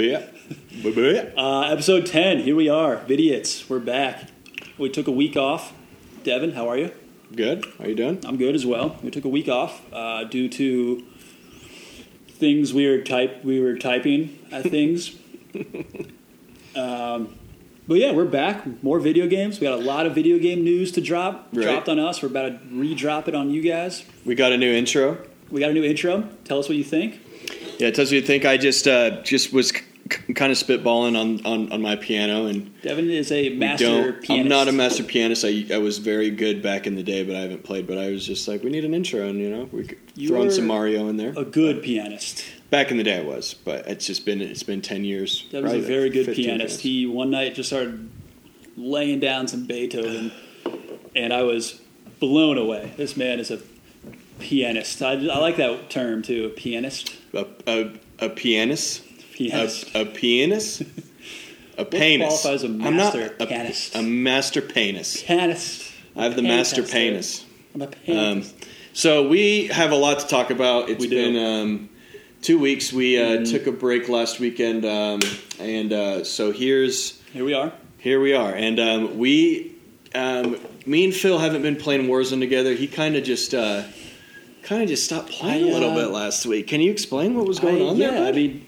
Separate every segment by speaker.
Speaker 1: Bleh.
Speaker 2: Uh, episode 10, here we are. Vidiots, we're back. We took a week off. Devin, how are you?
Speaker 1: Good. How you doing?
Speaker 2: I'm good as well. We took a week off uh, due to things we were type we were typing at things. um, but yeah, we're back. More video games. We got a lot of video game news to drop.
Speaker 1: Right.
Speaker 2: Dropped on us. We're about to re-drop it on you guys.
Speaker 1: We got a new intro.
Speaker 2: We got a new intro. Tell us what you think.
Speaker 1: Yeah, it tells you to think I just uh, just was c- c- kind of spitballing on, on, on my piano and
Speaker 2: Devin is a
Speaker 1: we
Speaker 2: master
Speaker 1: don't.
Speaker 2: pianist.
Speaker 1: I'm not a master pianist. I, I was very good back in the day, but I haven't played. But I was just like, we need an intro, and you know, we could
Speaker 2: You
Speaker 1: throw in
Speaker 2: were
Speaker 1: some Mario in there.
Speaker 2: a good pianist.
Speaker 1: Back in the day, I was, but it's just been it's been ten years.
Speaker 2: That was a
Speaker 1: probably
Speaker 2: very good
Speaker 1: 15
Speaker 2: pianist. He
Speaker 1: years.
Speaker 2: one night just started laying down some Beethoven, and I was blown away. This man is a pianist. I, I like that term too, a pianist.
Speaker 1: a, a, a pianist,
Speaker 2: Pianist.
Speaker 1: a, a pianist, a penis.
Speaker 2: qualifies as a
Speaker 1: I'm not
Speaker 2: master
Speaker 1: a,
Speaker 2: pianist?
Speaker 1: A master penis.
Speaker 2: pianist.
Speaker 1: I have the master penis.
Speaker 2: I'm a
Speaker 1: Um,
Speaker 2: pianist.
Speaker 1: so we have a lot to talk about. It's
Speaker 2: We do. Mm-hmm.
Speaker 1: been um, two weeks. We uh, took a break last weekend, um, and uh, so here's
Speaker 2: Here we are.
Speaker 1: here we are. And um, we, um, me and Phil haven't been playing Warzone together. He kind of just. Uh, Kind of just stopped playing
Speaker 2: I,
Speaker 1: a little
Speaker 2: uh,
Speaker 1: bit last week. Can you explain what was going
Speaker 2: I-
Speaker 1: on
Speaker 2: yeah,
Speaker 1: there?
Speaker 2: I mean,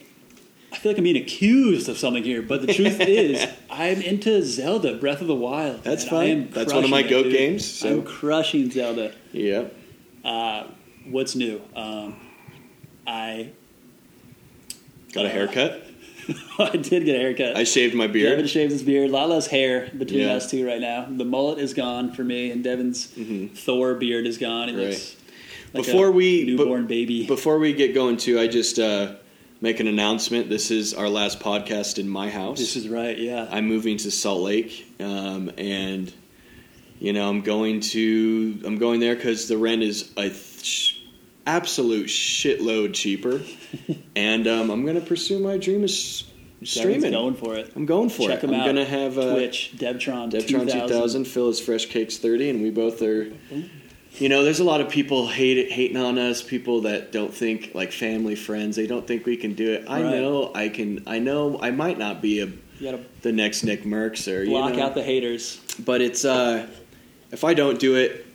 Speaker 2: I feel like I'm being accused of something here, but the truth is, I'm into Zelda Breath of the Wild.
Speaker 1: That's
Speaker 2: and
Speaker 1: fine.
Speaker 2: I am
Speaker 1: That's one of my
Speaker 2: crushing it,
Speaker 1: goat
Speaker 2: dude.
Speaker 1: games, so-
Speaker 2: I'm crushing Zelda.
Speaker 1: yeah,
Speaker 2: Uh, what's new? Um, I
Speaker 1: got a haircut.
Speaker 2: I did get a haircut.
Speaker 1: I shaved my
Speaker 2: Devin
Speaker 1: beard.
Speaker 2: shaves his beard. Lala's hair between
Speaker 1: Yeah.
Speaker 2: us two right now. The mullet is gone for me, and Devin's Thor beard is gone. He
Speaker 1: Mm-hmm. Right.
Speaker 2: looks like
Speaker 1: Before
Speaker 2: a
Speaker 1: we-
Speaker 2: newborn baby.
Speaker 1: Before we get going, too, I just uh, make an announcement. This is our last podcast in my house.
Speaker 2: this is right. Yeah,
Speaker 1: I'm moving to Salt Lake, um, and you know I'm going to I'm going there because the rent is a th- absolute shitload cheaper, and um, I'm gonna pursue my dream of s-
Speaker 2: Devin's
Speaker 1: streaming.
Speaker 2: going for it.
Speaker 1: I'm going for
Speaker 2: Check
Speaker 1: it.
Speaker 2: him
Speaker 1: I'm
Speaker 2: out.
Speaker 1: gonna have uh,
Speaker 2: Twitch Debtron
Speaker 1: Devtron
Speaker 2: 2000.
Speaker 1: 2000. Phil is Fresh Cakes 30, and we both are.
Speaker 2: Mm-hmm.
Speaker 1: You know, there's a lot of people hate hating on us. People that don't think like family, friends. They don't think we can do it. I
Speaker 2: Right.
Speaker 1: know I can. I know I might not be a
Speaker 2: You gotta
Speaker 1: the next Nick Merckx or
Speaker 2: block
Speaker 1: you know,
Speaker 2: out the haters.
Speaker 1: but it's uh if I don't do it,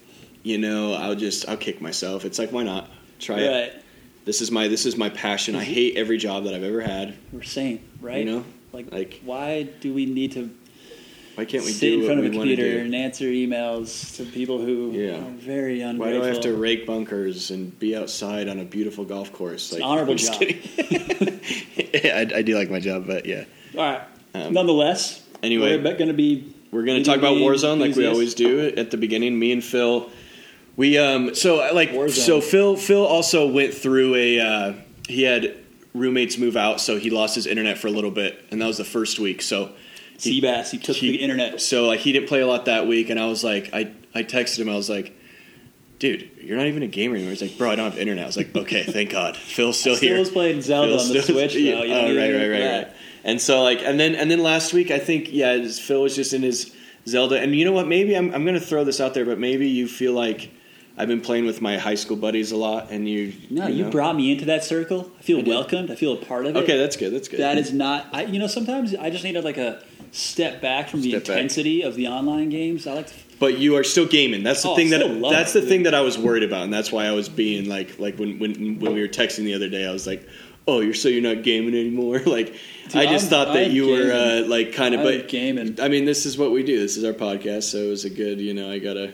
Speaker 1: you know, I'll just I'll kick myself. It's like why not? Try it.
Speaker 2: Right.
Speaker 1: This is my this is my passion. I hate every job that I've ever had.
Speaker 2: We're sane, right?
Speaker 1: You know?
Speaker 2: like,
Speaker 1: like-
Speaker 2: why do we need to
Speaker 1: Why can't we
Speaker 2: sit
Speaker 1: do
Speaker 2: in front
Speaker 1: what
Speaker 2: of a
Speaker 1: we want to
Speaker 2: computer
Speaker 1: do?
Speaker 2: and answer emails to people who
Speaker 1: Yeah.
Speaker 2: are very ungrateful?
Speaker 1: Why do I have to rake bunkers and be outside on a beautiful golf course? Like,
Speaker 2: honorable
Speaker 1: I'm just
Speaker 2: job.
Speaker 1: kidding. yeah, I, I do like my job, but yeah.
Speaker 2: All right.
Speaker 1: Um,
Speaker 2: Nonetheless,
Speaker 1: anyway.
Speaker 2: we're going to be
Speaker 1: We're going to
Speaker 2: video
Speaker 1: talk about
Speaker 2: game
Speaker 1: Warzone like we
Speaker 2: enthusiasts.
Speaker 1: always do at the beginning. Me and Phil, we um so I like
Speaker 2: Warzone.
Speaker 1: so Phil Phil also went through a uh, he had roommates move out, so he lost his internet for a little bit, and that was the first week. So
Speaker 2: Seabass. He took
Speaker 1: he-
Speaker 2: the internet.
Speaker 1: So like he didn't play a lot that week, and I was like, I I texted him, I was like. Dude, you're not even a gamer anymore. He's like, bro, I don't have internet. I was like, okay, thank God, Phil's still
Speaker 2: Still
Speaker 1: here.
Speaker 2: was playing Zelda
Speaker 1: Phil
Speaker 2: on the
Speaker 1: still-
Speaker 2: Switch. Though.
Speaker 1: yeah,
Speaker 2: You
Speaker 1: oh,
Speaker 2: don't need
Speaker 1: right, right,
Speaker 2: anything
Speaker 1: right,
Speaker 2: for
Speaker 1: right.
Speaker 2: that.
Speaker 1: And so like, and then and then last week, I think yeah, it was- Phil was just in his Zelda. And you know what? Maybe I'm I'm gonna throw this out there, but maybe you feel like I've been playing with my high school buddies a lot, and you
Speaker 2: No, you
Speaker 1: know.
Speaker 2: brought me into that circle. I feel welcomed. I feel a part of it.
Speaker 1: Okay, that's good. That's good.
Speaker 2: That is not. I you know sometimes I just needed like a step back from the
Speaker 1: Step back.
Speaker 2: intensity of the online games. I like to
Speaker 1: But you are still gaming. That's the
Speaker 2: Oh,
Speaker 1: thing
Speaker 2: still
Speaker 1: that
Speaker 2: love
Speaker 1: that's
Speaker 2: it,
Speaker 1: the thing that I was worried about, and that's why I was being like like when when when we were texting the other day, I was like, "Oh, you're so you're not gaming anymore." like I just
Speaker 2: I'm-
Speaker 1: thought that
Speaker 2: I'm
Speaker 1: you were
Speaker 2: gaming.
Speaker 1: uh, like kind of.
Speaker 2: I'm
Speaker 1: But
Speaker 2: gaming.
Speaker 1: I mean, this is what we do. This is our podcast, so it was a good. You know, I gotta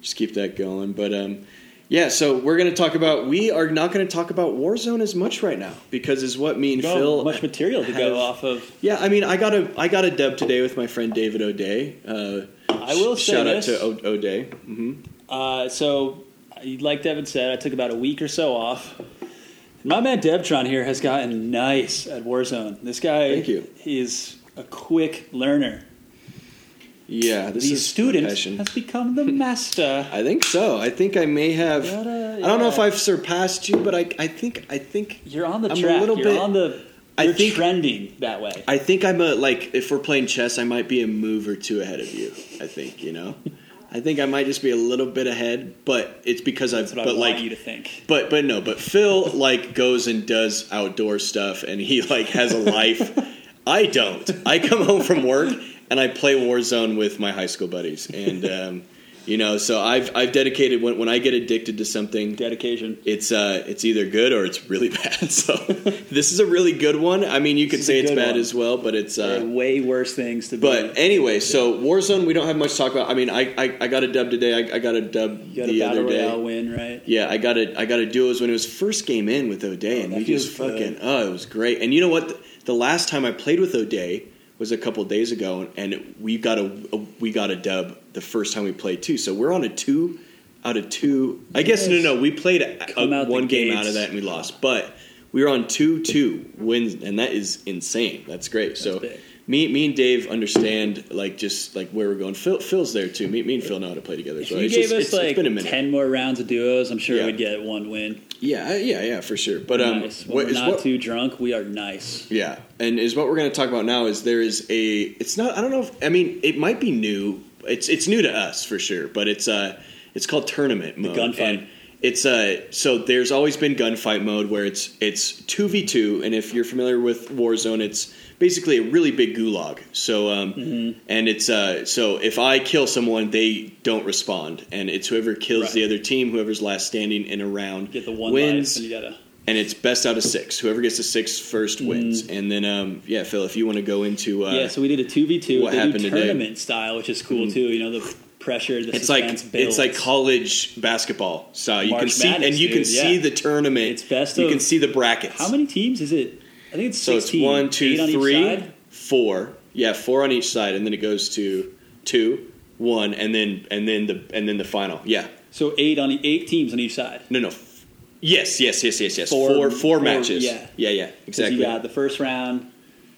Speaker 1: just keep that going. But um, yeah, so we're gonna talk about. We are not gonna talk about Warzone as much right now because is what me and
Speaker 2: go
Speaker 1: Phil
Speaker 2: much material to
Speaker 1: have-
Speaker 2: go off of.
Speaker 1: yeah, I mean, I got a I got a dub today with my friend David O'Day. Uh,
Speaker 2: I will
Speaker 1: sh-
Speaker 2: say
Speaker 1: shout
Speaker 2: this.
Speaker 1: out to o- O'Day. hmm
Speaker 2: Uh, so, like Devin said, I took about a week or so off. My man Devtron here has gotten nice at Warzone. This guy
Speaker 1: Thank you.
Speaker 2: is a quick learner.
Speaker 1: Yeah, this
Speaker 2: the
Speaker 1: is
Speaker 2: student
Speaker 1: my passion.
Speaker 2: has become the master.
Speaker 1: I think so. I think I may have.
Speaker 2: Gotta-
Speaker 1: I don't know if
Speaker 2: yeah.
Speaker 1: I've surpassed you, but I I think I think
Speaker 2: You're on the
Speaker 1: I'm a
Speaker 2: track.
Speaker 1: little
Speaker 2: You're
Speaker 1: bit-
Speaker 2: on the.
Speaker 1: I
Speaker 2: You're
Speaker 1: think-
Speaker 2: trending that way.
Speaker 1: I think I'm a like if we're playing chess, I might be a move or two ahead of you. I think you know. I think I might just be a little bit ahead, but it's because I've
Speaker 2: That's what I
Speaker 1: but
Speaker 2: want
Speaker 1: like
Speaker 2: you to think.
Speaker 1: But but no, but Phil like goes and does outdoor stuff and he like has a life. I don't. I come home from work and I play Warzone with my high school buddies. And um, you know, so I've I've dedicated when when I get addicted to something,
Speaker 2: Dedication.
Speaker 1: it's uh it's either good or it's really bad. So this is a really good one. I mean, you could
Speaker 2: is a
Speaker 1: say it's
Speaker 2: good
Speaker 1: bad
Speaker 2: one.
Speaker 1: as well, but it's
Speaker 2: There are
Speaker 1: uh
Speaker 2: way worse things to be.
Speaker 1: but anyway, so Warzone, we don't have much to talk about. I mean, I I, I got a dub today. I, I got a dub
Speaker 2: you got
Speaker 1: the
Speaker 2: a battle
Speaker 1: other day.
Speaker 2: royale win, right?
Speaker 1: Yeah, I got it. I got to do it when it was first game in with O'Day, and
Speaker 2: that
Speaker 1: we just
Speaker 2: feels good.
Speaker 1: fucking oh, it was great. And you know what? The, the last time I played with O'Day was a couple days ago, and we got a, a we got a dub the first time we played too. So we're on a two out of two. I guess no,
Speaker 2: Yes.
Speaker 1: no, we played a,
Speaker 2: Come out the
Speaker 1: one game out
Speaker 2: gates.
Speaker 1: of that and we lost, but we were on two two wins, and that is insane. That's great. so.
Speaker 2: big.
Speaker 1: Me, me and Dave understand like just like where we're going. Phil, Phil's there too. Me, me and Phil know how to play together.
Speaker 2: If
Speaker 1: so
Speaker 2: you
Speaker 1: it's
Speaker 2: gave
Speaker 1: just-
Speaker 2: us
Speaker 1: it's-
Speaker 2: like
Speaker 1: it's been a minute.
Speaker 2: ten more rounds of duos, I'm sure
Speaker 1: Yeah.
Speaker 2: we'd get one win.
Speaker 1: Yeah, I- yeah, yeah, for sure. But um,
Speaker 2: nice. When
Speaker 1: what
Speaker 2: we're
Speaker 1: is
Speaker 2: not
Speaker 1: what?
Speaker 2: too drunk, we are nice.
Speaker 1: Yeah, and is what we're going to talk about now is there is a. It's not. I don't know. if I mean, it might be new. It's it's new to us for sure. But it's uh, it's called tournament mode.
Speaker 2: gunfight.
Speaker 1: and It's uh, so there's always been gunfight mode where it's it's two v two, and if you're familiar with Warzone, it's basically a really big gulag. So um,
Speaker 2: Mm-hmm.
Speaker 1: and it's uh, so if I kill someone, they don't respond, and it's whoever kills
Speaker 2: Right.
Speaker 1: the other team, whoever's last standing in a round,
Speaker 2: Get the one
Speaker 1: wins
Speaker 2: life, and you gotta.
Speaker 1: and it's best out of six. Whoever gets to six first wins. And then, um, yeah, Phil, if you want to go into, uh,
Speaker 2: Mm. yeah, so we did a two v two.
Speaker 1: what
Speaker 2: They
Speaker 1: happened
Speaker 2: do
Speaker 1: today? Hmm.
Speaker 2: tournament style, which is cool too. You know the pressure, the
Speaker 1: it's like
Speaker 2: suspense
Speaker 1: it's
Speaker 2: builds.
Speaker 1: like college basketball style. You can
Speaker 2: March
Speaker 1: see
Speaker 2: Madness,
Speaker 1: and you can
Speaker 2: dude,
Speaker 1: see
Speaker 2: yeah.
Speaker 1: the tournament.
Speaker 2: It's best
Speaker 1: You
Speaker 2: of-
Speaker 1: can see the brackets.
Speaker 2: How many teams is it? I think it's
Speaker 1: So it's
Speaker 2: sixteen.
Speaker 1: one, two,
Speaker 2: Eight on each
Speaker 1: three,
Speaker 2: side?
Speaker 1: four. Yeah, four on each side, and then it goes to two, one, and then and then the and then the final. Yeah.
Speaker 2: So eight on e, eight teams on each side.
Speaker 1: No, no. F- Yes, yes, yes, yes, yes.
Speaker 2: Four-
Speaker 1: Four, four
Speaker 2: four,
Speaker 1: matches.
Speaker 2: yeah.
Speaker 1: yeah, yeah,
Speaker 2: 'Cause
Speaker 1: exactly.
Speaker 2: You got the first round.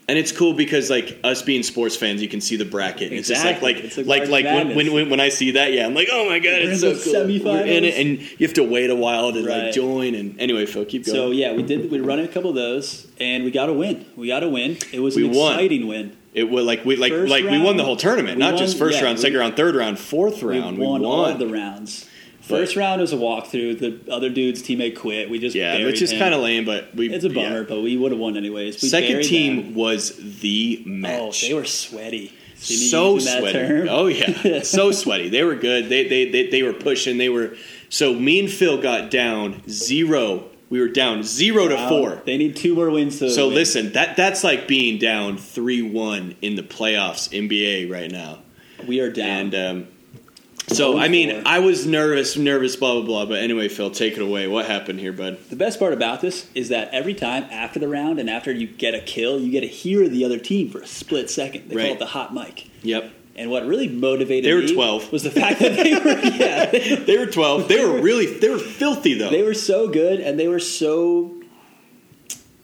Speaker 1: And it's cool because like us being sports fans, you can see the bracket. and
Speaker 2: Exactly.
Speaker 1: It's
Speaker 2: It's
Speaker 1: just
Speaker 2: like
Speaker 1: like
Speaker 2: March
Speaker 1: like like, when,
Speaker 2: Madness.
Speaker 1: when, when when I see that, yeah, I'm like, oh my god,
Speaker 2: We're
Speaker 1: it's
Speaker 2: in
Speaker 1: so
Speaker 2: the
Speaker 1: cool. We're in
Speaker 2: semifinals.
Speaker 1: it, and you have to wait a while to
Speaker 2: Right.
Speaker 1: like join. And anyway, Phil, keep going.
Speaker 2: So yeah, we did. We run a couple of those, and we got a win. We got a win. It was
Speaker 1: We
Speaker 2: an
Speaker 1: won.
Speaker 2: exciting win.
Speaker 1: it was like we like
Speaker 2: First
Speaker 1: like we won
Speaker 2: round,
Speaker 1: the whole tournament,
Speaker 2: we
Speaker 1: not just
Speaker 2: won-
Speaker 1: first
Speaker 2: yeah,
Speaker 1: round,
Speaker 2: we-
Speaker 1: second round, third round, fourth round.
Speaker 2: we won,
Speaker 1: we
Speaker 2: all
Speaker 1: won.
Speaker 2: of the rounds.
Speaker 1: But-
Speaker 2: First round was a walkthrough. The other dude's teammate quit. We just
Speaker 1: yeah,
Speaker 2: buried
Speaker 1: which is
Speaker 2: him.
Speaker 1: kind of lame, but we.
Speaker 2: it's a
Speaker 1: yeah.
Speaker 2: bummer, but we would have won anyways. We
Speaker 1: Second
Speaker 2: buried
Speaker 1: team
Speaker 2: them.
Speaker 1: was the match.
Speaker 2: Oh, they were sweaty. See me
Speaker 1: so
Speaker 2: using that
Speaker 1: sweaty.
Speaker 2: term?
Speaker 1: Oh yeah, so sweaty. They were good. They, they they they were pushing. They were so me and Phil got down zero. We were down zero to
Speaker 2: Wow.
Speaker 1: four.
Speaker 2: They need two more wins to
Speaker 1: So
Speaker 2: win.
Speaker 1: listen, that that's like being down three one in the playoffs NBA right now.
Speaker 2: We are down.
Speaker 1: And um, so
Speaker 2: Oh,
Speaker 1: I mean,
Speaker 2: four.
Speaker 1: I was nervous, nervous, blah blah blah. But anyway, Phil, take it away. What happened here, bud?
Speaker 2: the best part about this is that every time after the round and after you get a kill, you get to hear the other team for a split second. They call
Speaker 1: Right.
Speaker 2: it the hot mic.
Speaker 1: Yep.
Speaker 2: And what really motivated
Speaker 1: They were
Speaker 2: me
Speaker 1: 12.
Speaker 2: was the fact that they were yeah,
Speaker 1: They were twelve. They were really they were filthy though.
Speaker 2: they were so good and they were so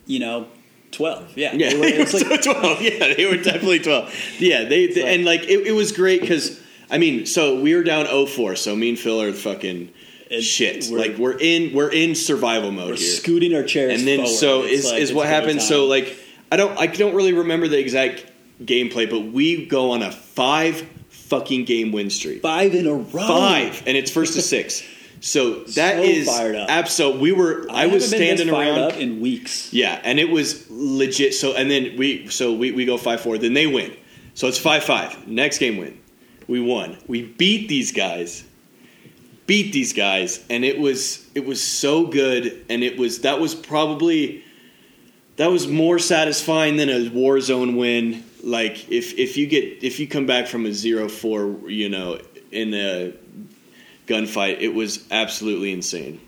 Speaker 2: you know 12 yeah,
Speaker 1: Yeah,
Speaker 2: They were-
Speaker 1: they
Speaker 2: it
Speaker 1: were
Speaker 2: was like-
Speaker 1: so twelve. Yeah, they were definitely twelve. Yeah, they, they-
Speaker 2: like-
Speaker 1: and like it, it was great because I mean, so we were down 0-4, so me and Phil are fucking
Speaker 2: And
Speaker 1: shit.
Speaker 2: we're-
Speaker 1: like we're in we're in survival mode
Speaker 2: we're
Speaker 1: here.
Speaker 2: scooting our chairs
Speaker 1: and then
Speaker 2: forward.
Speaker 1: so
Speaker 2: It's
Speaker 1: is
Speaker 2: like,
Speaker 1: is
Speaker 2: it's
Speaker 1: what
Speaker 2: go
Speaker 1: happened. So
Speaker 2: time.
Speaker 1: like I don't I don't really remember the exact gameplay, but we go on a five fucking game win streak
Speaker 2: five in a row
Speaker 1: five, and it's first to six. So that
Speaker 2: Oh. So
Speaker 1: is
Speaker 2: fired up.
Speaker 1: abso- We were I, was
Speaker 2: haven't been this
Speaker 1: standing
Speaker 2: fired
Speaker 1: around
Speaker 2: up in weeks
Speaker 1: yeah, and it was legit. So and then we so we, we go five four. Then they win. So it's five five. Next game win. We won. We beat these guys. Beat these guys, and it was it was so good, and it was that was probably that was more satisfying than a Warzone win. Like if if you get if you come back from a 0-4, you know, in a gunfight, it was absolutely insane.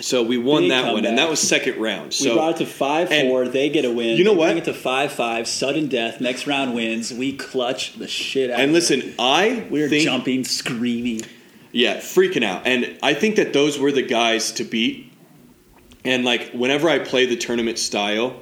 Speaker 1: So we won
Speaker 2: Big
Speaker 1: that one, and
Speaker 2: comeback.
Speaker 1: that was second round.
Speaker 2: we
Speaker 1: So
Speaker 2: brought it to five four. They get a win.
Speaker 1: You know
Speaker 2: They
Speaker 1: what?
Speaker 2: Bring it to five five. Sudden death. Next round wins. We clutch the shit out. of
Speaker 1: And
Speaker 2: it.
Speaker 1: listen, I
Speaker 2: we are
Speaker 1: think,
Speaker 2: jumping, screaming.
Speaker 1: yeah, freaking out. And I think that those were the guys to beat. And like whenever I play the tournament style,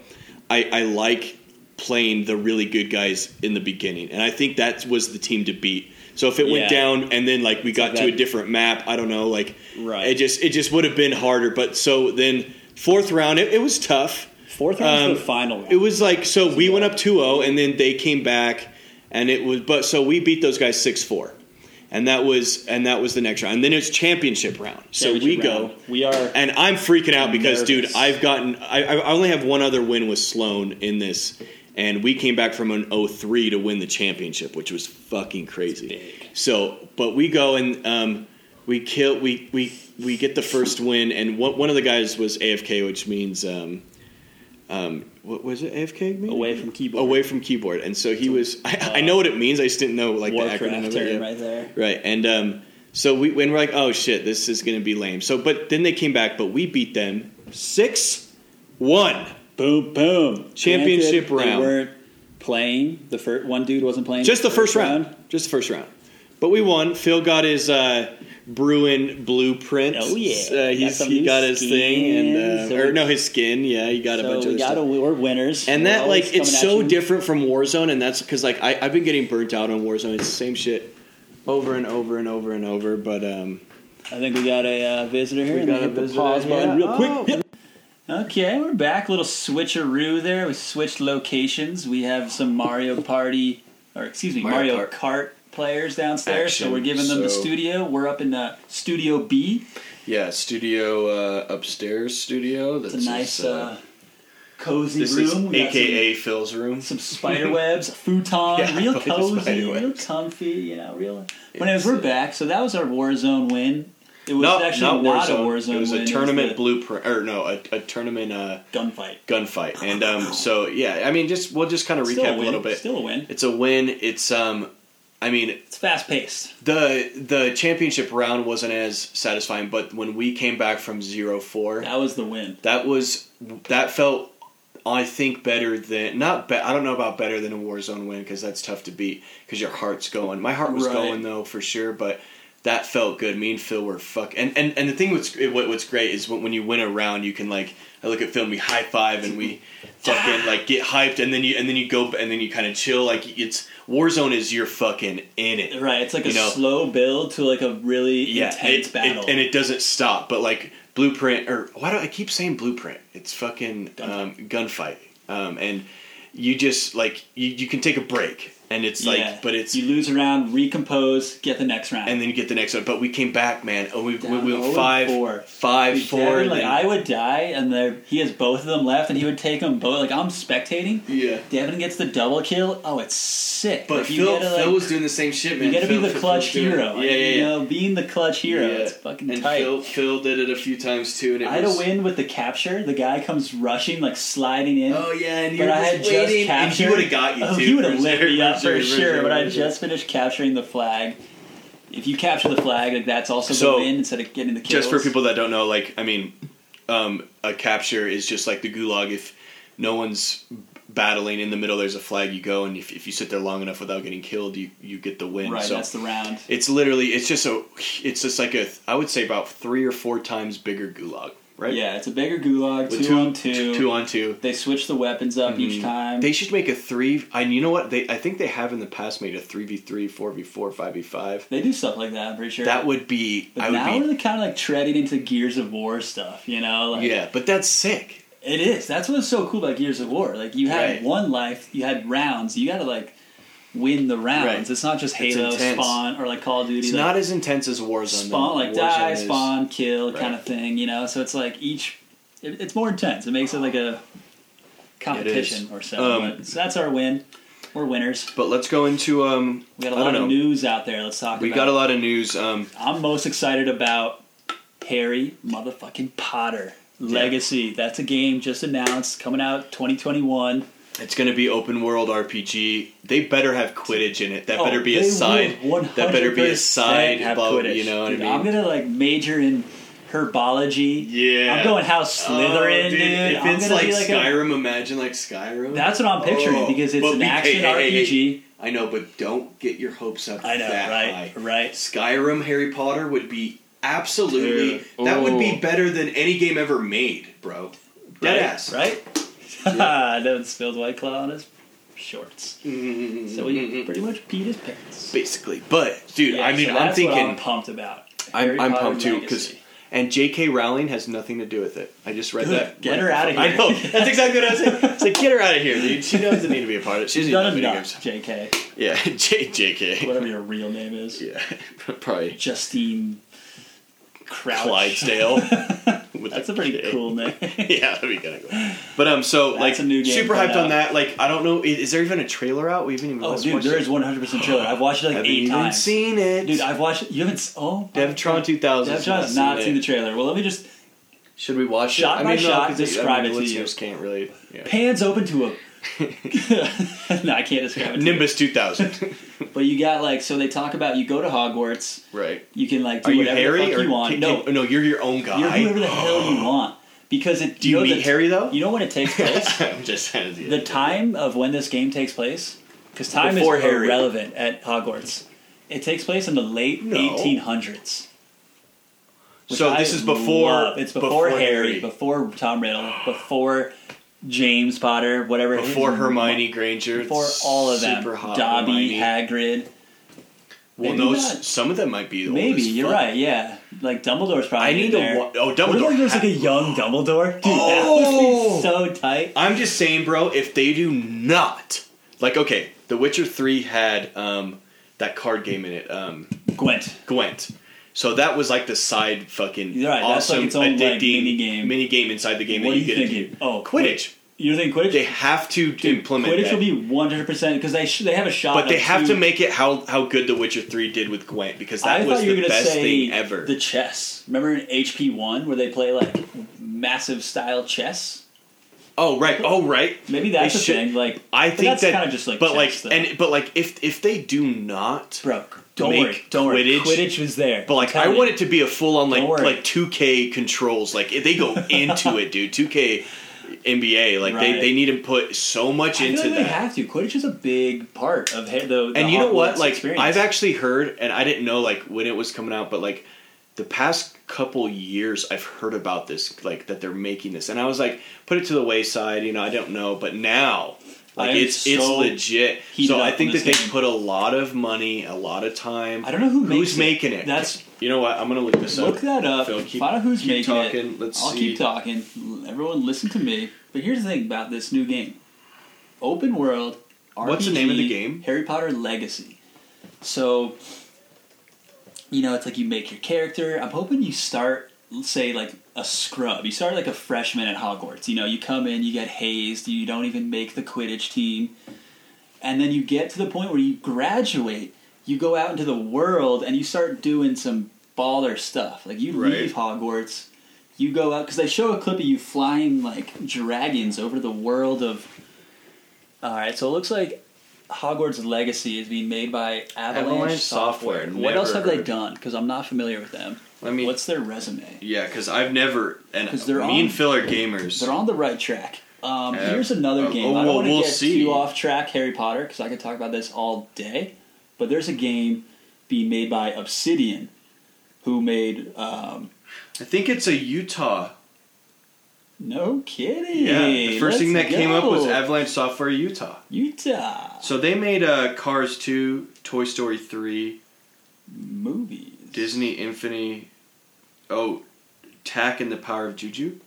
Speaker 1: I, I like playing the really good guys in the beginning. And I think that was the team to beat. So if it
Speaker 2: Yeah.
Speaker 1: went down and then like we got
Speaker 2: like
Speaker 1: to a
Speaker 2: that-
Speaker 1: different map, I don't know, like
Speaker 2: Right.
Speaker 1: it just it just would have been harder. But so then fourth round, it, it was tough.
Speaker 2: Fourth round
Speaker 1: Um,
Speaker 2: the final. Round.
Speaker 1: It was like so we oh, went up 2-0 and then they came back and it was but so we beat those guys 6-4. and that was and that was the next round. And then it's championship round. So we
Speaker 2: Championship
Speaker 1: go.
Speaker 2: round. We are.
Speaker 1: And I'm freaking out because, dude,
Speaker 2: Nervous.
Speaker 1: I've gotten. I, I only have one other win with Sloan in this, and we came back from an 0-3 to win the championship, which was fucking crazy. So, but we go and um, we kill. We we we get the first win, and one, one of the guys was AFK, which means. Um, um, what was it? AFK? Maybe?
Speaker 2: Away from keyboard. uh,
Speaker 1: Away from keyboard, and so he was. I, I know what it means. I just didn't know like the acronym
Speaker 2: Warcraft
Speaker 1: of it.
Speaker 2: term
Speaker 1: yeah.
Speaker 2: right there.
Speaker 1: Right. And um, so we when we're like, oh shit, this is gonna be lame. So but then they came back, but we beat them six one.
Speaker 2: Boom, boom.
Speaker 1: Championship
Speaker 2: Granted,
Speaker 1: round.
Speaker 2: They weren't playing. The first one dude wasn't playing.
Speaker 1: Just the first round. Just the first round. But we won. Phil got his uh, Bruin blueprint.
Speaker 2: Oh, yeah.
Speaker 1: uh, he's,
Speaker 2: Got some
Speaker 1: he
Speaker 2: new
Speaker 1: got his thing, and uh,
Speaker 2: skins. So
Speaker 1: or
Speaker 2: we-
Speaker 1: no, his skin. Yeah, he got a
Speaker 2: So
Speaker 1: bunch of
Speaker 2: we
Speaker 1: other
Speaker 2: got
Speaker 1: stuff.
Speaker 2: a, we're winners.
Speaker 1: and
Speaker 2: We're
Speaker 1: that
Speaker 2: always
Speaker 1: like it's
Speaker 2: coming at
Speaker 1: so
Speaker 2: you.
Speaker 1: different from Warzone, and that's because like I, I've been getting burnt out on Warzone. It's the same shit over and over and over and over. But um,
Speaker 2: I think we got a uh, visitor here.
Speaker 1: We
Speaker 2: and they
Speaker 1: got a
Speaker 2: hit the
Speaker 1: visitor
Speaker 2: pause
Speaker 1: here.
Speaker 2: button real
Speaker 1: Oh.
Speaker 2: quick. Okay, we're back. Little switcheroo there. We switched locations. We have some Mario Party, or excuse me,
Speaker 1: Mario
Speaker 2: Mario, Kart. players downstairs.
Speaker 1: Action.
Speaker 2: So we're giving them the
Speaker 1: So-
Speaker 2: studio. We're up in uh, Studio B.
Speaker 1: yeah, studio uh, upstairs studio. That's
Speaker 2: It's a nice, uh, cozy
Speaker 1: This is
Speaker 2: room. We got some-
Speaker 1: AKA Phil's room.
Speaker 2: some spider webs, futon,
Speaker 1: Yeah,
Speaker 2: real
Speaker 1: like
Speaker 2: cozy,
Speaker 1: spider
Speaker 2: real
Speaker 1: webs.
Speaker 2: comfy, you know, real. But
Speaker 1: It's,
Speaker 2: anyways, we're
Speaker 1: uh,
Speaker 2: back. So that was our Warzone win. It was
Speaker 1: Not,
Speaker 2: actually
Speaker 1: not,
Speaker 2: not,
Speaker 1: Warzone.
Speaker 2: a Warzone.
Speaker 1: It was
Speaker 2: win.
Speaker 1: a tournament
Speaker 2: It was
Speaker 1: blueprint, or no, a, a tournament uh,
Speaker 2: the gunfight.
Speaker 1: gunfight. And um, so yeah, I mean, just we'll just kind of
Speaker 2: Still
Speaker 1: recap
Speaker 2: a
Speaker 1: a
Speaker 2: win.
Speaker 1: little bit.
Speaker 2: Still a win.
Speaker 1: It's a win. It's um, I mean,
Speaker 2: It's fast paced.
Speaker 1: the the championship round wasn't as satisfying, but when we came back from 0-4,
Speaker 2: That was the win.
Speaker 1: that was that felt I think better than not. Be, I don't know about better than a Warzone win because that's tough to beat because your heart's going. My heart was
Speaker 2: Right.
Speaker 1: going though for sure, but that felt good. Me and Phil were fuck. And and, and the thing what's what, what's great is when, when you win a round, you can like I look at Phil, and we high five and we fucking like get hyped, and then you and then you go and then you kind of chill. Like it's Warzone is you're fucking in it
Speaker 2: Right. It's like
Speaker 1: You
Speaker 2: a
Speaker 1: know-
Speaker 2: slow build to like a really intense
Speaker 1: it- it-
Speaker 2: battle.
Speaker 1: and it doesn't stop. But like blueprint, or why do I keep saying blueprint? It's fucking gunfight, um, gunfight. Um, and you just like you, you can take a break, and it's
Speaker 2: Yeah.
Speaker 1: like, but it's
Speaker 2: you lose a round, recompose, get the next round.
Speaker 1: and then you get the next one. But we came back, man. Oh, we, we,
Speaker 2: Down
Speaker 1: we
Speaker 2: oh
Speaker 1: went
Speaker 2: and
Speaker 1: five,
Speaker 2: four.
Speaker 1: five,
Speaker 2: Dude,
Speaker 1: four,
Speaker 2: Devin,
Speaker 1: and
Speaker 2: like
Speaker 1: then-
Speaker 2: I would die, and there he has both of them left, and he would take them both. Like I'm spectating.
Speaker 1: yeah.
Speaker 2: Devin gets the double kill. Oh, it's sick.
Speaker 1: But
Speaker 2: Like, you
Speaker 1: Phil,
Speaker 2: gotta, like,
Speaker 1: Phil was doing the same shit, man.
Speaker 2: you gotta be
Speaker 1: Phil-
Speaker 2: the
Speaker 1: Phil-
Speaker 2: clutch
Speaker 1: Phil's doing
Speaker 2: hero.
Speaker 1: it. Yeah, yeah, yeah.
Speaker 2: You know, being the clutch hero.
Speaker 1: Yeah.
Speaker 2: It's fucking
Speaker 1: and
Speaker 2: tight.
Speaker 1: Phil, Phil did it a few times too, and it
Speaker 2: I had a
Speaker 1: was,
Speaker 2: win with the capture. The guy comes rushing, like sliding in.
Speaker 1: Oh yeah, and you
Speaker 2: But
Speaker 1: were
Speaker 2: I
Speaker 1: just
Speaker 2: had
Speaker 1: waiting,
Speaker 2: just
Speaker 1: and
Speaker 2: captured.
Speaker 1: he would have got you.
Speaker 2: Oh,
Speaker 1: too,
Speaker 2: he would have
Speaker 1: Bruiser,
Speaker 2: lit me up for
Speaker 1: Bruiser,
Speaker 2: sure. But I
Speaker 1: Bruiser.
Speaker 2: just finished capturing the flag. If you capture the flag, like that's also
Speaker 1: So,
Speaker 2: the win instead of getting the kills.
Speaker 1: just for people that don't know, like I mean, um, a capture is just like the gulag. If no one's battling in the middle, there's a flag. You go, and if, if you sit there long enough without getting killed, you you get the win.
Speaker 2: right?
Speaker 1: so
Speaker 2: That's the round.
Speaker 1: it's literally it's just a it's just like a I would say about three or four times bigger gulag, right?
Speaker 2: Yeah, it's a bigger gulag.
Speaker 1: With
Speaker 2: Two, on two. Um,
Speaker 1: two on two.
Speaker 2: They switch the weapons up each time.
Speaker 1: They should make a three. And you know what? They I think they have in the past made a three v three, four v four, five v five.
Speaker 2: They do stuff like that. I'm pretty sure.
Speaker 1: That would be.
Speaker 2: But
Speaker 1: I would
Speaker 2: now
Speaker 1: be.
Speaker 2: we're kind of like treading into Gears of War stuff, you know? Like,
Speaker 1: Yeah, but that's sick.
Speaker 2: It is. That's what's so cool about Gears of War. Like, you had
Speaker 1: Right.
Speaker 2: one life, you had rounds, you gotta, like, win the rounds.
Speaker 1: Right.
Speaker 2: It's not just Halo,
Speaker 1: intense.
Speaker 2: Spawn, or, like, Call of Duty.
Speaker 1: It's
Speaker 2: like,
Speaker 1: not as intense as Warzone.
Speaker 2: Spawn,
Speaker 1: though.
Speaker 2: like, die,
Speaker 1: Warzone is-
Speaker 2: spawn, kill, kind
Speaker 1: Right.
Speaker 2: of thing, you know? So it's like each. It, it's more intense. It makes it like a competition or so.
Speaker 1: Um,
Speaker 2: but, so that's our win. We're winners.
Speaker 1: But let's go into um.
Speaker 2: We got a
Speaker 1: I don't
Speaker 2: lot
Speaker 1: know.
Speaker 2: of news out there. Let's talk
Speaker 1: We
Speaker 2: about
Speaker 1: got a lot of news. Um,
Speaker 2: I'm most excited about Harry motherfucking Potter Legacy. That's a game just announced, coming out 2021.
Speaker 1: it's going to be open world RPG. They better have Quidditch in it. That
Speaker 2: Oh,
Speaker 1: better be
Speaker 2: they
Speaker 1: a side.
Speaker 2: will
Speaker 1: That better be a
Speaker 2: 100%
Speaker 1: side.
Speaker 2: have
Speaker 1: blah,
Speaker 2: Quidditch.
Speaker 1: you know what
Speaker 2: Dude,
Speaker 1: I
Speaker 2: I'm
Speaker 1: mean?
Speaker 2: gonna like major in herbology.
Speaker 1: Yeah.
Speaker 2: I'm going House
Speaker 1: Oh,
Speaker 2: Slytherin, dude.
Speaker 1: If
Speaker 2: I'm
Speaker 1: it's
Speaker 2: gonna
Speaker 1: like
Speaker 2: be like a-
Speaker 1: Skyrim, imagine like Skyrim.
Speaker 2: that's what I'm picturing
Speaker 1: Oh,
Speaker 2: because it's
Speaker 1: but
Speaker 2: an
Speaker 1: be- hey,
Speaker 2: action
Speaker 1: hey, hey, hey.
Speaker 2: RPG.
Speaker 1: I know, but don't get your hopes up.
Speaker 2: I know,
Speaker 1: that
Speaker 2: right?
Speaker 1: high.
Speaker 2: Right.
Speaker 1: Skyrim Harry Potter would be absolutely
Speaker 2: Dude.
Speaker 1: that would be
Speaker 2: Ooh.
Speaker 1: better than any game ever made, bro. Dead ass.
Speaker 2: Right. Right. Don't spilled white claw on his shorts. So he pretty much peed his pants.
Speaker 1: Basically, but Mm-hmm. dude,
Speaker 2: Yeah,
Speaker 1: I mean,
Speaker 2: so
Speaker 1: I'm
Speaker 2: that's what
Speaker 1: thinking
Speaker 2: I'm pumped about.
Speaker 1: I'm,
Speaker 2: Harry
Speaker 1: I'm
Speaker 2: Potter
Speaker 1: pumped too because
Speaker 2: Legacy.
Speaker 1: And J.K. Rowling has nothing to do with it. I just read that.
Speaker 2: Get her outta
Speaker 1: I
Speaker 2: here.
Speaker 1: know. That's exactly what I was saying. It's like, get her out of here, dude. She doesn't need to be a part of it. She doesn't
Speaker 2: Done
Speaker 1: need to
Speaker 2: enough,
Speaker 1: video games.
Speaker 2: JK.
Speaker 1: Yeah, J- J.K.
Speaker 2: Whatever your real name is.
Speaker 1: Yeah, probably
Speaker 2: Justine Crouch.
Speaker 1: Clydesdale. with
Speaker 2: That's
Speaker 1: the
Speaker 2: a pretty
Speaker 1: K.
Speaker 2: cool name.
Speaker 1: yeah, that'd be kind of cool. But um, so like
Speaker 2: a new game
Speaker 1: super
Speaker 2: coming
Speaker 1: hyped on
Speaker 2: out.
Speaker 1: that. Like I don't know, i- is there even a trailer out? We haven't even
Speaker 2: oh,
Speaker 1: watched
Speaker 2: dude,
Speaker 1: watched
Speaker 2: there
Speaker 1: it.
Speaker 2: is 100% trailer. I've watched it like
Speaker 1: haven't
Speaker 2: eight
Speaker 1: even
Speaker 2: times.
Speaker 1: seen it,
Speaker 2: Dude, I've watched You haven't. s- Oh. my
Speaker 1: Devtron
Speaker 2: God.
Speaker 1: 2000.
Speaker 2: Devtron has not seen the trailer. Well, let me just.
Speaker 1: Should we watch
Speaker 2: Shot
Speaker 1: it?
Speaker 2: by shot,
Speaker 1: 'cause it-
Speaker 2: describe
Speaker 1: I mean,
Speaker 2: it to you.
Speaker 1: listeners Can't really. yeah.
Speaker 2: Pans open to a. no, I can't describe it. to you.
Speaker 1: Nimbus 2000.
Speaker 2: But you got like. So they talk about you go to Hogwarts.
Speaker 1: right.
Speaker 2: You can like do
Speaker 1: Are you
Speaker 2: whatever the
Speaker 1: Harry
Speaker 2: fuck
Speaker 1: or
Speaker 2: you want.
Speaker 1: can-
Speaker 2: no,
Speaker 1: can- no? You're your own guy.
Speaker 2: You're whoever the hell you want. Because it.
Speaker 1: Do you,
Speaker 2: know
Speaker 1: meet
Speaker 2: that-
Speaker 1: Harry though?
Speaker 2: You know when it takes place?
Speaker 1: I'm just trying to
Speaker 2: the time of when this game takes place? Because time
Speaker 1: Before
Speaker 2: is
Speaker 1: Harry.
Speaker 2: irrelevant at Hogwarts. It takes place in the late
Speaker 1: No.
Speaker 2: 1800s. which
Speaker 1: So
Speaker 2: I
Speaker 1: this is before.
Speaker 2: love. It's before, Harry, before Tom Riddle, before James Potter, whatever. his-
Speaker 1: Before Hermione Granger.
Speaker 2: Before all of them.
Speaker 1: Super hot
Speaker 2: Dobby,
Speaker 1: Hermione.
Speaker 2: Hagrid.
Speaker 1: Well,
Speaker 2: Maybe
Speaker 1: those
Speaker 2: not.
Speaker 1: some of them might be. old
Speaker 2: Maybe
Speaker 1: as
Speaker 2: you're
Speaker 1: fuck.
Speaker 2: right. Yeah, like Dumbledore's probably.
Speaker 1: I need
Speaker 2: in
Speaker 1: to.
Speaker 2: there.
Speaker 1: Wa- oh,
Speaker 2: What if
Speaker 1: Dumbledore.
Speaker 2: it was like a young Dumbledore? Dude,
Speaker 1: Oh!
Speaker 2: that would be so tight.
Speaker 1: I'm just saying, bro. If they do not, like, okay, The Witcher Three had um that card game in it, um,
Speaker 2: Gwent.
Speaker 1: Gwent. So that was like the side fucking
Speaker 2: You're right, that's
Speaker 1: awesome,
Speaker 2: like its own, like,
Speaker 1: addicting
Speaker 2: mini-game.
Speaker 1: mini-game inside the game
Speaker 2: What
Speaker 1: that
Speaker 2: are
Speaker 1: you
Speaker 2: you
Speaker 1: get to do.
Speaker 2: thinking? Oh,
Speaker 1: Quidditch.
Speaker 2: You think Quidditch?
Speaker 1: They have to implement
Speaker 2: Quidditch
Speaker 1: that.
Speaker 2: will be one hundred percent because they sh- they have a shot.
Speaker 1: but they
Speaker 2: of
Speaker 1: have
Speaker 2: two-
Speaker 1: to make it how how good The Witcher Three did with Gwent because that
Speaker 2: I
Speaker 1: was
Speaker 2: thought you were
Speaker 1: the
Speaker 2: gonna
Speaker 1: best
Speaker 2: say
Speaker 1: thing ever.
Speaker 2: The chess. Remember in HP one where they play like massive style chess.
Speaker 1: oh right, oh right.
Speaker 2: Maybe that's
Speaker 1: They
Speaker 2: a
Speaker 1: should-
Speaker 2: thing. Like
Speaker 1: I
Speaker 2: but
Speaker 1: think
Speaker 2: that's
Speaker 1: that
Speaker 2: kind of just like.
Speaker 1: but
Speaker 2: chess,
Speaker 1: like
Speaker 2: though.
Speaker 1: and but like if if they do not
Speaker 2: bro, don't
Speaker 1: make
Speaker 2: worry, don't worry.
Speaker 1: Quidditch-
Speaker 2: Quidditch was there.
Speaker 1: But like, I want it to be a full on like
Speaker 2: Don't worry.
Speaker 1: like 2K controls. Like they go into it, dude. 2K NBA. Like they,
Speaker 2: Right.
Speaker 1: they need to put so much
Speaker 2: I feel
Speaker 1: into
Speaker 2: like they
Speaker 1: that.
Speaker 2: have to. Quidditch is a big part of he- the, the
Speaker 1: and you know what?
Speaker 2: Hogwarts
Speaker 1: Like
Speaker 2: experience.
Speaker 1: I've actually heard, and I didn't know like when it was coming out, but like the past couple years, I've heard about this, like that they're making this, and I was like, put it to the wayside. You know, I don't know, but now.
Speaker 2: I
Speaker 1: Like
Speaker 2: am
Speaker 1: it's it's
Speaker 2: so
Speaker 1: legit.
Speaker 2: heated
Speaker 1: So I
Speaker 2: up
Speaker 1: think
Speaker 2: on
Speaker 1: that
Speaker 2: this
Speaker 1: they
Speaker 2: game.
Speaker 1: put a lot of money, a lot of time.
Speaker 2: I don't know who
Speaker 1: who's
Speaker 2: makes it.
Speaker 1: making it.
Speaker 2: That's-
Speaker 1: you know what? I'm gonna look this up.
Speaker 2: Look that up.
Speaker 1: Phil, keep-
Speaker 2: Find out who's
Speaker 1: keep
Speaker 2: making
Speaker 1: talking.
Speaker 2: it.
Speaker 1: Let's
Speaker 2: I'll
Speaker 1: see.
Speaker 2: keep talking. Everyone, listen to me. But here's the thing about this new game: open world. RPG,
Speaker 1: What's the name of the game?
Speaker 2: Harry Potter Legacy. So, you know, it's like you make your character. I'm hoping you start, say, like a scrub. You start like a freshman at Hogwarts. You know, you come in, you get hazed, you don't even make the Quidditch team and then you get to the point where you graduate, you go out into the world, and you start doing some baller stuff. Like you
Speaker 1: Right.
Speaker 2: leave Hogwarts, you go out because they show a clip of you flying like dragons over the world of. All right, so it looks like Hogwarts Legacy is being made by Avalanche,
Speaker 1: Avalanche
Speaker 2: Software.
Speaker 1: Software,
Speaker 2: What else
Speaker 1: never
Speaker 2: have they
Speaker 1: heard.
Speaker 2: done? Because I'm not familiar with them.
Speaker 1: I mean,
Speaker 2: What's their resume?
Speaker 1: yeah, because I've never and
Speaker 2: 'Cause they're
Speaker 1: me
Speaker 2: on-
Speaker 1: and Phil are gamers.
Speaker 2: They're on the right track. Um,
Speaker 1: Yeah.
Speaker 2: Here's another
Speaker 1: Uh,
Speaker 2: game.
Speaker 1: oh,
Speaker 2: I
Speaker 1: well,
Speaker 2: don't want to
Speaker 1: we'll
Speaker 2: get
Speaker 1: see.
Speaker 2: too off track, Harry Potter, because I could talk about this all day. But there's a game being made by Obsidian, who made. Um,
Speaker 1: I think it's a Utah.
Speaker 2: no kidding.
Speaker 1: Yeah, the 1st thing that
Speaker 2: Let's
Speaker 1: came up was
Speaker 2: go.
Speaker 1: Avalanche Software Utah.
Speaker 2: Utah
Speaker 1: So they made uh, Cars two, Toy Story three,
Speaker 2: movies.
Speaker 1: Disney Infinity, oh, Tack and the Power of Juju.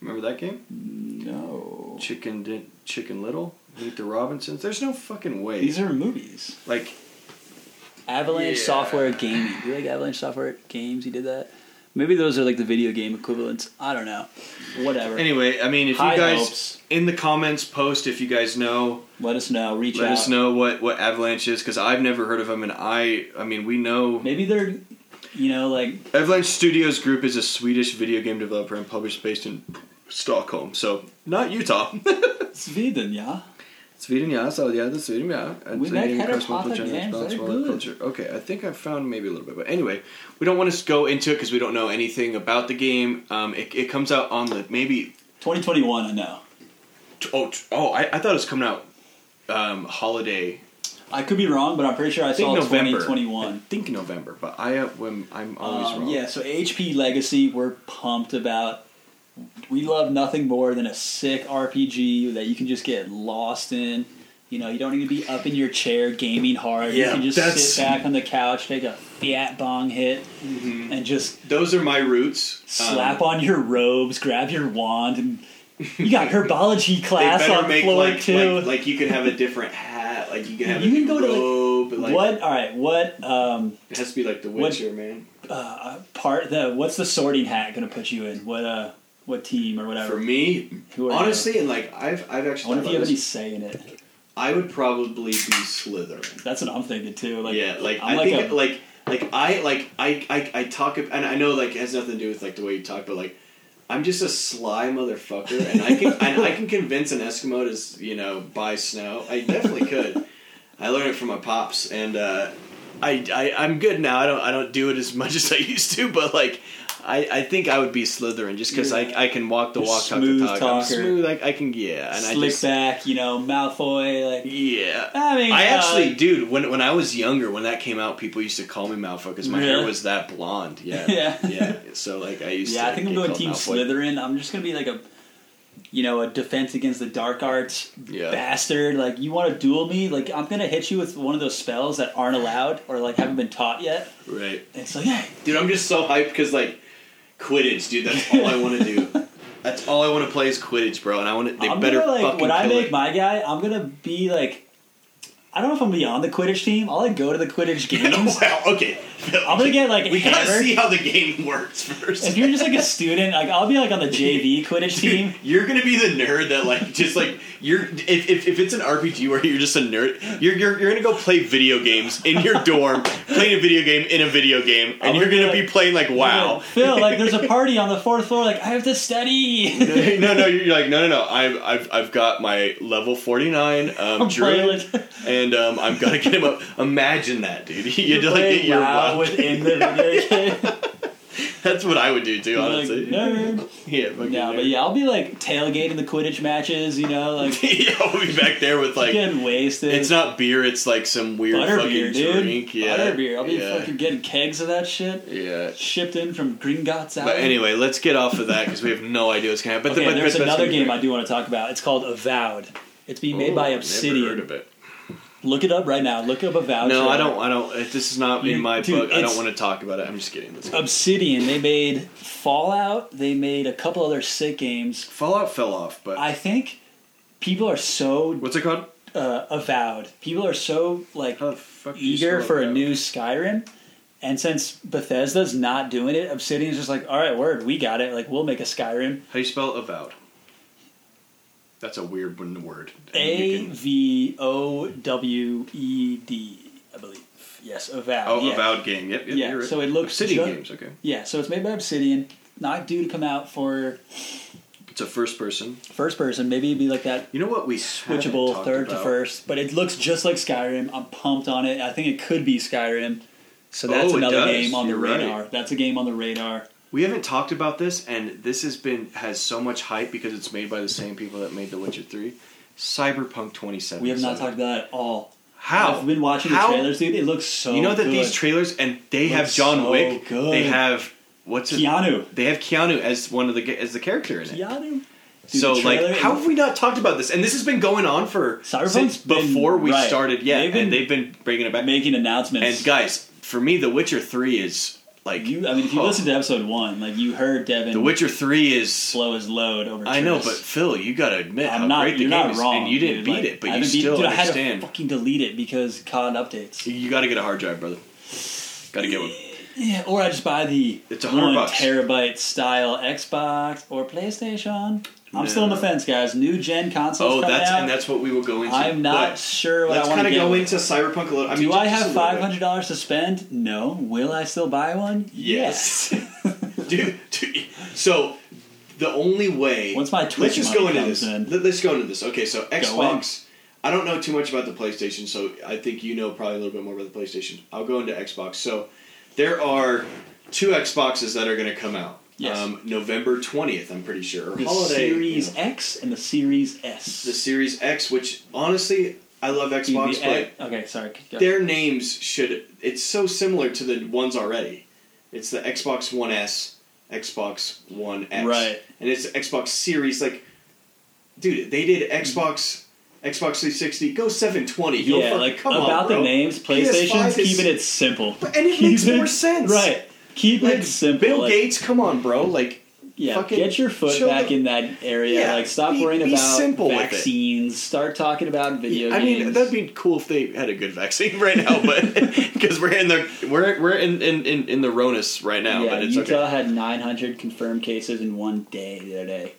Speaker 1: Remember that game?
Speaker 2: No,
Speaker 1: Chicken Din- Chicken Little, Meet the Robinsons. There's no fucking way.
Speaker 2: these are movies.
Speaker 1: like
Speaker 2: Avalanche
Speaker 1: Yeah.
Speaker 2: Software Gaming. Do you like Avalanche Software Games? He did that. Maybe those are like the video game equivalents. I don't know. Whatever.
Speaker 1: anyway. I mean, if
Speaker 2: High
Speaker 1: you guys
Speaker 2: hopes.
Speaker 1: in the comments post if you guys know
Speaker 2: Let us know. Reach
Speaker 1: let
Speaker 2: out.
Speaker 1: us know what what avalanche is because i've never heard of them and i i mean we know
Speaker 2: Maybe they're, you know, like
Speaker 1: avalanche studios group is a swedish video game developer and publisher based in stockholm so not utah
Speaker 2: Sweden, yeah.
Speaker 1: sweden yeah so yeah the sweden yeah
Speaker 2: We
Speaker 1: It's
Speaker 2: make
Speaker 1: Indian
Speaker 2: Harry
Speaker 1: cross-multiple
Speaker 2: Potter
Speaker 1: genres,
Speaker 2: games,
Speaker 1: balance,
Speaker 2: they're
Speaker 1: world
Speaker 2: good.
Speaker 1: culture. okay i think i found maybe a little bit but anyway we don't want to go into it because we don't know anything about the game um it, it comes out on the maybe
Speaker 2: 2021, I know.
Speaker 1: oh t- oh i, I thought it was coming out um holiday
Speaker 2: I could be wrong, but I'm pretty sure I,
Speaker 1: I
Speaker 2: saw
Speaker 1: think November. I
Speaker 2: 2021.
Speaker 1: think November, but I uh, when I'm always
Speaker 2: Um,
Speaker 1: wrong.
Speaker 2: yeah, so HP Legacy, we're pumped about. We love nothing more than a sick RPG that you can just get lost in. You know, you don't need to be up in your chair gaming hard.
Speaker 1: Yeah,
Speaker 2: you can just
Speaker 1: that's-
Speaker 2: sit back on the couch, take a fiat bong hit, and just
Speaker 1: Those are my roots.
Speaker 2: slap
Speaker 1: Mm-hmm. Um,
Speaker 2: on your robes, grab your wand, and you got herbology
Speaker 1: they
Speaker 2: class
Speaker 1: better
Speaker 2: on floor
Speaker 1: like,
Speaker 2: two.
Speaker 1: like like you can have a different hat. Like you can have
Speaker 2: You
Speaker 1: a
Speaker 2: can
Speaker 1: new
Speaker 2: go to, like,
Speaker 1: robe. like,
Speaker 2: what? All right. What um,
Speaker 1: It has to be like The
Speaker 2: What-
Speaker 1: Witcher, man.
Speaker 2: uh, part? The what's the sorting hat going to put you in? What uh, what team or
Speaker 1: For
Speaker 2: whatever?
Speaker 1: me,
Speaker 2: Who are you?
Speaker 1: honestly, and like I've I've
Speaker 2: I
Speaker 1: actually.
Speaker 2: wonder if
Speaker 1: thought
Speaker 2: you
Speaker 1: about
Speaker 2: have any
Speaker 1: this.
Speaker 2: say in it.
Speaker 1: I would probably be Slytherin.
Speaker 2: That's what I'm thinking too. Like
Speaker 1: yeah, like i
Speaker 2: I'm like
Speaker 1: think
Speaker 2: a-
Speaker 1: like like I like I, I I talk ab- and I know like it has nothing to do with like the way you talk, but like I'm just a sly motherfucker, and I can and I can convince an Eskimo to s- you know buy snow. I definitely could. I learned it from my pops, and uh, I, I I'm good now. I don't I don't do it as much as I used to, but like. I, I think I would be Slytherin just because I, I can walk the
Speaker 2: You're
Speaker 1: walk, talk
Speaker 2: smooth
Speaker 1: the talk. I'm
Speaker 2: talker.
Speaker 1: smooth, I, I can yeah, and I
Speaker 2: slick
Speaker 1: just
Speaker 2: back, you know, Malfoy. Like
Speaker 1: yeah.
Speaker 2: I mean,
Speaker 1: I
Speaker 2: uh,
Speaker 1: actually, dude, when when I was younger, when that came out, people used to call me Malfoy because my hair
Speaker 2: Really?
Speaker 1: was that blonde. Yeah,
Speaker 2: Yeah.
Speaker 1: yeah. So like, I used
Speaker 2: Yeah,
Speaker 1: to.
Speaker 2: I think I'm
Speaker 1: get
Speaker 2: going
Speaker 1: called
Speaker 2: Team
Speaker 1: Malfoy.
Speaker 2: Slytherin. I'm just gonna be like a, you know, a defense against the dark arts
Speaker 1: Yeah.
Speaker 2: bastard. Like you want to duel me? Like I'm gonna hit you with one of those spells that aren't allowed or like haven't been taught yet.
Speaker 1: Right,
Speaker 2: And it's like, hey,
Speaker 1: dude. I'm just so hyped because like Quidditch, dude. That's all I want to do. That's all I want to play is Quidditch, bro. And I want to. They
Speaker 2: I'm
Speaker 1: better
Speaker 2: gonna like
Speaker 1: fucking
Speaker 2: when I
Speaker 1: kill
Speaker 2: make
Speaker 1: it.
Speaker 2: my guy, I'm gonna be like, I don't know if I'm gonna be on the Quidditch team. I'll like go to the Quidditch games.
Speaker 1: wow. Okay.
Speaker 2: I'm gonna get like
Speaker 1: We gotta
Speaker 2: hammered.
Speaker 1: see how the game works first.
Speaker 2: If you're just like a student, like I'll be like on the JV Quidditch team.
Speaker 1: Dude, you're gonna be the nerd that like just like you're if, if, if it's an RPG where you're just a nerd, you're, you're you're gonna go play video games in your dorm, playing a video game in a video game, and
Speaker 2: I'm
Speaker 1: you're gonna
Speaker 2: gonna-
Speaker 1: be playing like WoW.
Speaker 2: Phil, like there's a party on the fourth floor. Like I have to study.
Speaker 1: no, no, you're like no, no, no. I've I've I've got my level forty nine um,
Speaker 2: I'm
Speaker 1: druid,
Speaker 2: playing-
Speaker 1: and um, I'm gonna get him up. Imagine that, dude. You'd like
Speaker 2: Play
Speaker 1: get your
Speaker 2: WoW
Speaker 1: WoW.
Speaker 2: within the video game.
Speaker 1: That's what I would do too,
Speaker 2: Like,
Speaker 1: honestly.
Speaker 2: nerd.
Speaker 1: Yeah, fucking
Speaker 2: Yeah, but
Speaker 1: nerd.
Speaker 2: yeah, I'll be like tailgating the Quidditch matches. You know, like
Speaker 1: yeah, we'll be back there with like.
Speaker 2: getting wasted.
Speaker 1: It's not beer. It's like some weird fucking
Speaker 2: butterbeer, dude.
Speaker 1: drink. Yeah,
Speaker 2: Butterbeer. I'll be
Speaker 1: yeah,
Speaker 2: fucking getting kegs of that shit
Speaker 1: Yeah.
Speaker 2: shipped in from Gringotts out.
Speaker 1: But anyway, let's get off of that because we have no idea what's going to happen. But,
Speaker 2: okay,
Speaker 1: but
Speaker 2: there's
Speaker 1: but- but-
Speaker 2: another game I do want to talk about. It's called Avowed. It's being made
Speaker 1: Ooh,
Speaker 2: by
Speaker 1: Oh, Never heard
Speaker 2: Obsidian.
Speaker 1: of it.
Speaker 2: Look it up right now. Look up Avowed.
Speaker 1: No, I
Speaker 2: trailer.
Speaker 1: don't. I don't. it- This is not in
Speaker 2: You-
Speaker 1: my
Speaker 2: dude,
Speaker 1: book. I don't
Speaker 2: it's-
Speaker 1: want to talk about it. I'm just kidding. Let's go.
Speaker 2: Obsidian. They made Fallout. They made a couple other sick games.
Speaker 1: Fallout fell off, but
Speaker 2: I think people are so
Speaker 1: what's it called?
Speaker 2: uh, avowed. People are so like
Speaker 1: How the fuck do you
Speaker 2: eager
Speaker 1: spell
Speaker 2: for a
Speaker 1: that?
Speaker 2: new Skyrim. And since Bethesda's not doing it, Obsidian's just like, all right, word, we got it. Like, we'll make a Skyrim.
Speaker 1: How do you spell avowed? That's a weird one word. And you
Speaker 2: A
Speaker 1: can-
Speaker 2: V O W E D, I believe. Yes, avowed.
Speaker 1: Oh,
Speaker 2: yeah.
Speaker 1: avowed game. Yep. yep
Speaker 2: Yeah,
Speaker 1: you're right.
Speaker 2: so it looks
Speaker 1: Obsidian
Speaker 2: ju-
Speaker 1: games. Okay,
Speaker 2: Yeah, so it's made by Obsidian. Not due to come out for
Speaker 1: it's a first person.
Speaker 2: first person. Maybe it'd be like that
Speaker 1: You know what we haven't
Speaker 2: switchable
Speaker 1: talked
Speaker 2: third to
Speaker 1: about?
Speaker 2: first. But it looks just like Skyrim. I'm pumped on it. I think it could be Skyrim. So that's
Speaker 1: Oh, it
Speaker 2: another
Speaker 1: does.
Speaker 2: game on
Speaker 1: You're
Speaker 2: the
Speaker 1: right.
Speaker 2: radar. That's a game on the radar.
Speaker 1: We haven't talked about this, and this has been has so much hype because it's made by the same people that made The Witcher Three, Cyberpunk twenty seven.
Speaker 2: We have not talked about it at all.
Speaker 1: how
Speaker 2: I've been watching the
Speaker 1: How?
Speaker 2: trailers, dude. It looks so.
Speaker 1: You know that
Speaker 2: good.
Speaker 1: these trailers, and they
Speaker 2: Looks
Speaker 1: have John
Speaker 2: so
Speaker 1: Wick.
Speaker 2: good.
Speaker 1: They have what's his-
Speaker 2: Keanu.
Speaker 1: They have Keanu as one of the as the character in it.
Speaker 2: Keanu. Dude,
Speaker 1: So
Speaker 2: the
Speaker 1: like,
Speaker 2: trailer-
Speaker 1: how have we not talked about this? And this has been going on for
Speaker 2: Cyberpunk's
Speaker 1: since
Speaker 2: been-
Speaker 1: before we
Speaker 2: right.
Speaker 1: started. Yeah,
Speaker 2: They've been-
Speaker 1: and they've been bringing it back.
Speaker 2: making announcements?
Speaker 1: And guys, for me, The Witcher Three is like
Speaker 2: you, I mean, if you
Speaker 1: oh,
Speaker 2: listen to episode one, like you heard Devin
Speaker 1: The Witcher Three is
Speaker 2: slow his load over.
Speaker 1: I know, but
Speaker 2: Triss.
Speaker 1: Phil, you gotta admit
Speaker 2: I'm
Speaker 1: how
Speaker 2: not.
Speaker 1: great the
Speaker 2: you're
Speaker 1: game
Speaker 2: not
Speaker 1: is,
Speaker 2: wrong.
Speaker 1: and you didn't
Speaker 2: dude.
Speaker 1: beat
Speaker 2: Like,
Speaker 1: it, but
Speaker 2: I
Speaker 1: you
Speaker 2: haven't beat-
Speaker 1: still
Speaker 2: dude, I had
Speaker 1: understand.
Speaker 2: to fucking delete it because COD updates.
Speaker 1: you gotta get a hard drive, brother. Gotta get one.
Speaker 2: Yeah, or I just buy the
Speaker 1: It's a hundred
Speaker 2: one
Speaker 1: bucks.
Speaker 2: terabyte style Xbox or PlayStation. I'm still on the
Speaker 1: No.
Speaker 2: fence, guys. New gen consoles.
Speaker 1: Oh,
Speaker 2: coming
Speaker 1: that's
Speaker 2: out.
Speaker 1: and that's what we will go into.
Speaker 2: I'm not
Speaker 1: But
Speaker 2: sure what
Speaker 1: let's
Speaker 2: I want
Speaker 1: kind
Speaker 2: to
Speaker 1: of
Speaker 2: get.
Speaker 1: go
Speaker 2: with it.
Speaker 1: into Cyberpunk a little. I mean,
Speaker 2: Do I
Speaker 1: just a
Speaker 2: have
Speaker 1: little
Speaker 2: five hundred dollars to spend? No. Will I still buy one?
Speaker 1: Yes. bit. dude, dude. So the only way.
Speaker 2: Once my Twitch
Speaker 1: let's just
Speaker 2: money
Speaker 1: go into
Speaker 2: comes
Speaker 1: this.
Speaker 2: in.
Speaker 1: Let, us go into this. Okay, so
Speaker 2: in.
Speaker 1: Xbox. I don't know too much about the PlayStation, so I think you know probably a little bit more about the PlayStation. I'll go into Xbox. So there are two Xboxes that are going to come out.
Speaker 2: Yes.
Speaker 1: Um, November twentieth, I'm pretty sure. or
Speaker 2: the
Speaker 1: holiday,
Speaker 2: Series
Speaker 1: you know.
Speaker 2: X and the Series S.
Speaker 1: the Series X, which honestly, I love
Speaker 2: Dude, the
Speaker 1: Xbox, but
Speaker 2: X- okay, sorry. go.
Speaker 1: their names should it's so similar to the ones already it's the xbox one s xbox one x
Speaker 2: Right.
Speaker 1: and it's xbox series like dude they did xbox Xbox 360, go 720. Go
Speaker 2: Mm-hmm. yeah,
Speaker 1: fuck-
Speaker 2: like
Speaker 1: come
Speaker 2: about
Speaker 1: on,
Speaker 2: the
Speaker 1: bro.
Speaker 2: names, PlayStation's
Speaker 1: PS5 is-
Speaker 2: keeping it simple.
Speaker 1: But- and it
Speaker 2: Keep
Speaker 1: makes more sense.
Speaker 2: right? Keep
Speaker 1: Like,
Speaker 2: it simple.
Speaker 1: Bill
Speaker 2: like,
Speaker 1: Gates, come on, bro. Like,
Speaker 2: yeah,
Speaker 1: fucking
Speaker 2: get your foot
Speaker 1: chill
Speaker 2: back
Speaker 1: the-
Speaker 2: in that area.
Speaker 1: Yeah,
Speaker 2: like, stop
Speaker 1: be-
Speaker 2: worrying
Speaker 1: be
Speaker 2: about
Speaker 1: simple with it.
Speaker 2: vaccines. Start talking about video
Speaker 1: I
Speaker 2: games.
Speaker 1: mean, that'd be cool if they had a good vaccine right now, but because we're in the we're we're in in in, in the Ronus right now,
Speaker 2: yeah,
Speaker 1: but it's
Speaker 2: Utah
Speaker 1: okay.
Speaker 2: had 900 confirmed cases in one day the other day.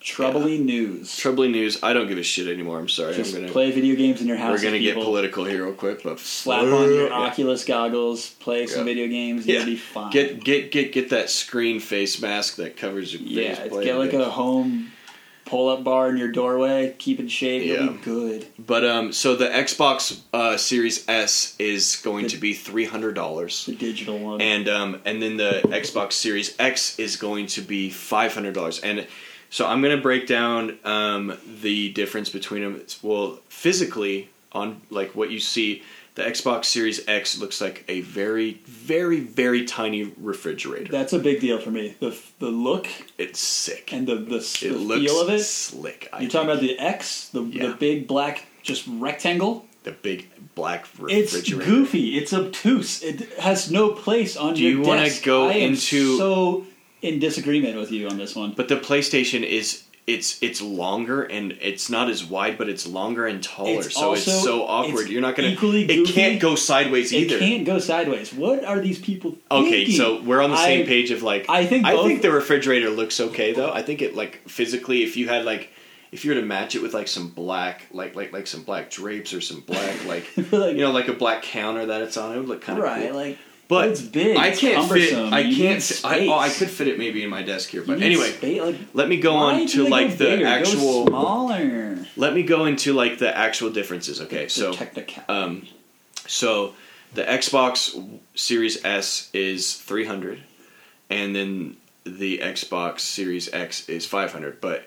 Speaker 2: Troubling news.
Speaker 1: Troubling news. I don't give a shit anymore. I'm sorry.
Speaker 2: Just
Speaker 1: I'm gonna
Speaker 2: play video games in your house.
Speaker 1: we're gonna
Speaker 2: with
Speaker 1: get
Speaker 2: people.
Speaker 1: political here real quick, but
Speaker 2: Slap on your
Speaker 1: Yeah.
Speaker 2: Oculus goggles. Play some
Speaker 1: Yeah.
Speaker 2: video games.
Speaker 1: Yeah.
Speaker 2: You'll be fine.
Speaker 1: Get get get get that screen face mask that covers your face.
Speaker 2: yeah, it's
Speaker 1: play
Speaker 2: get like
Speaker 1: games.
Speaker 2: a home pull-up bar in your doorway. Keep in shape. You'll be
Speaker 1: Yeah.
Speaker 2: good.
Speaker 1: But um, so the Xbox uh, Series S is going
Speaker 2: The-
Speaker 1: to be three hundred dollars,
Speaker 2: The digital one.
Speaker 1: and um, and then the Xbox Series X is going to be five hundred dollars. And so I'm going to break down um, the difference between them. It's- Well, physically, on like what you see, the Xbox Series X looks like a very, very, very tiny refrigerator.
Speaker 2: That's a big deal for me. The the look
Speaker 1: it's sick.
Speaker 2: and the the, the
Speaker 1: it looks
Speaker 2: feel of it.
Speaker 1: slick. I
Speaker 2: You're
Speaker 1: think.
Speaker 2: talking about the X, the
Speaker 1: Yeah.
Speaker 2: the big black just rectangle.
Speaker 1: the big black
Speaker 2: It's
Speaker 1: refrigerator.
Speaker 2: goofy. It's obtuse. It has no place on
Speaker 1: Do
Speaker 2: your
Speaker 1: you wanna
Speaker 2: desk.
Speaker 1: go
Speaker 2: I am
Speaker 1: into-
Speaker 2: so in disagreement with you on this one.
Speaker 1: But the PlayStation is it's it's longer and it's not as wide, but it's longer and taller,
Speaker 2: It's
Speaker 1: so it's
Speaker 2: also-
Speaker 1: so awkward.
Speaker 2: it's
Speaker 1: You're not gonna
Speaker 2: equally
Speaker 1: it
Speaker 2: goofy.
Speaker 1: can't go sideways
Speaker 2: it
Speaker 1: either.
Speaker 2: can't go sideways. What are these people
Speaker 1: Okay,
Speaker 2: thinking?
Speaker 1: so we're on the same
Speaker 2: I-
Speaker 1: page of like
Speaker 2: I think
Speaker 1: I
Speaker 2: both-
Speaker 1: think the refrigerator looks okay though. I think it like physically if you had like if you were to match it with like some black like like like some black drapes or some black like,
Speaker 2: Like-
Speaker 1: you know like a black counter that it's on it would look kind of
Speaker 2: right,
Speaker 1: cool.
Speaker 2: like
Speaker 1: But
Speaker 2: it's big.
Speaker 1: I
Speaker 2: it's
Speaker 1: can't fit.
Speaker 2: cumbersome,
Speaker 1: I
Speaker 2: you
Speaker 1: can't.
Speaker 2: need
Speaker 1: fit- I, oh, I
Speaker 2: space.
Speaker 1: could fit it maybe in my desk here,
Speaker 2: You
Speaker 1: but
Speaker 2: need
Speaker 1: anyway,
Speaker 2: space, like,
Speaker 1: let me go
Speaker 2: why
Speaker 1: on
Speaker 2: do
Speaker 1: to
Speaker 2: they
Speaker 1: like
Speaker 2: go
Speaker 1: the
Speaker 2: bigger? Go
Speaker 1: actual.
Speaker 2: smaller.
Speaker 1: Let me go into like the actual differences. Okay, so
Speaker 2: the technical-
Speaker 1: um, so the Xbox Series S is 300, and then the Xbox Series X is 500. But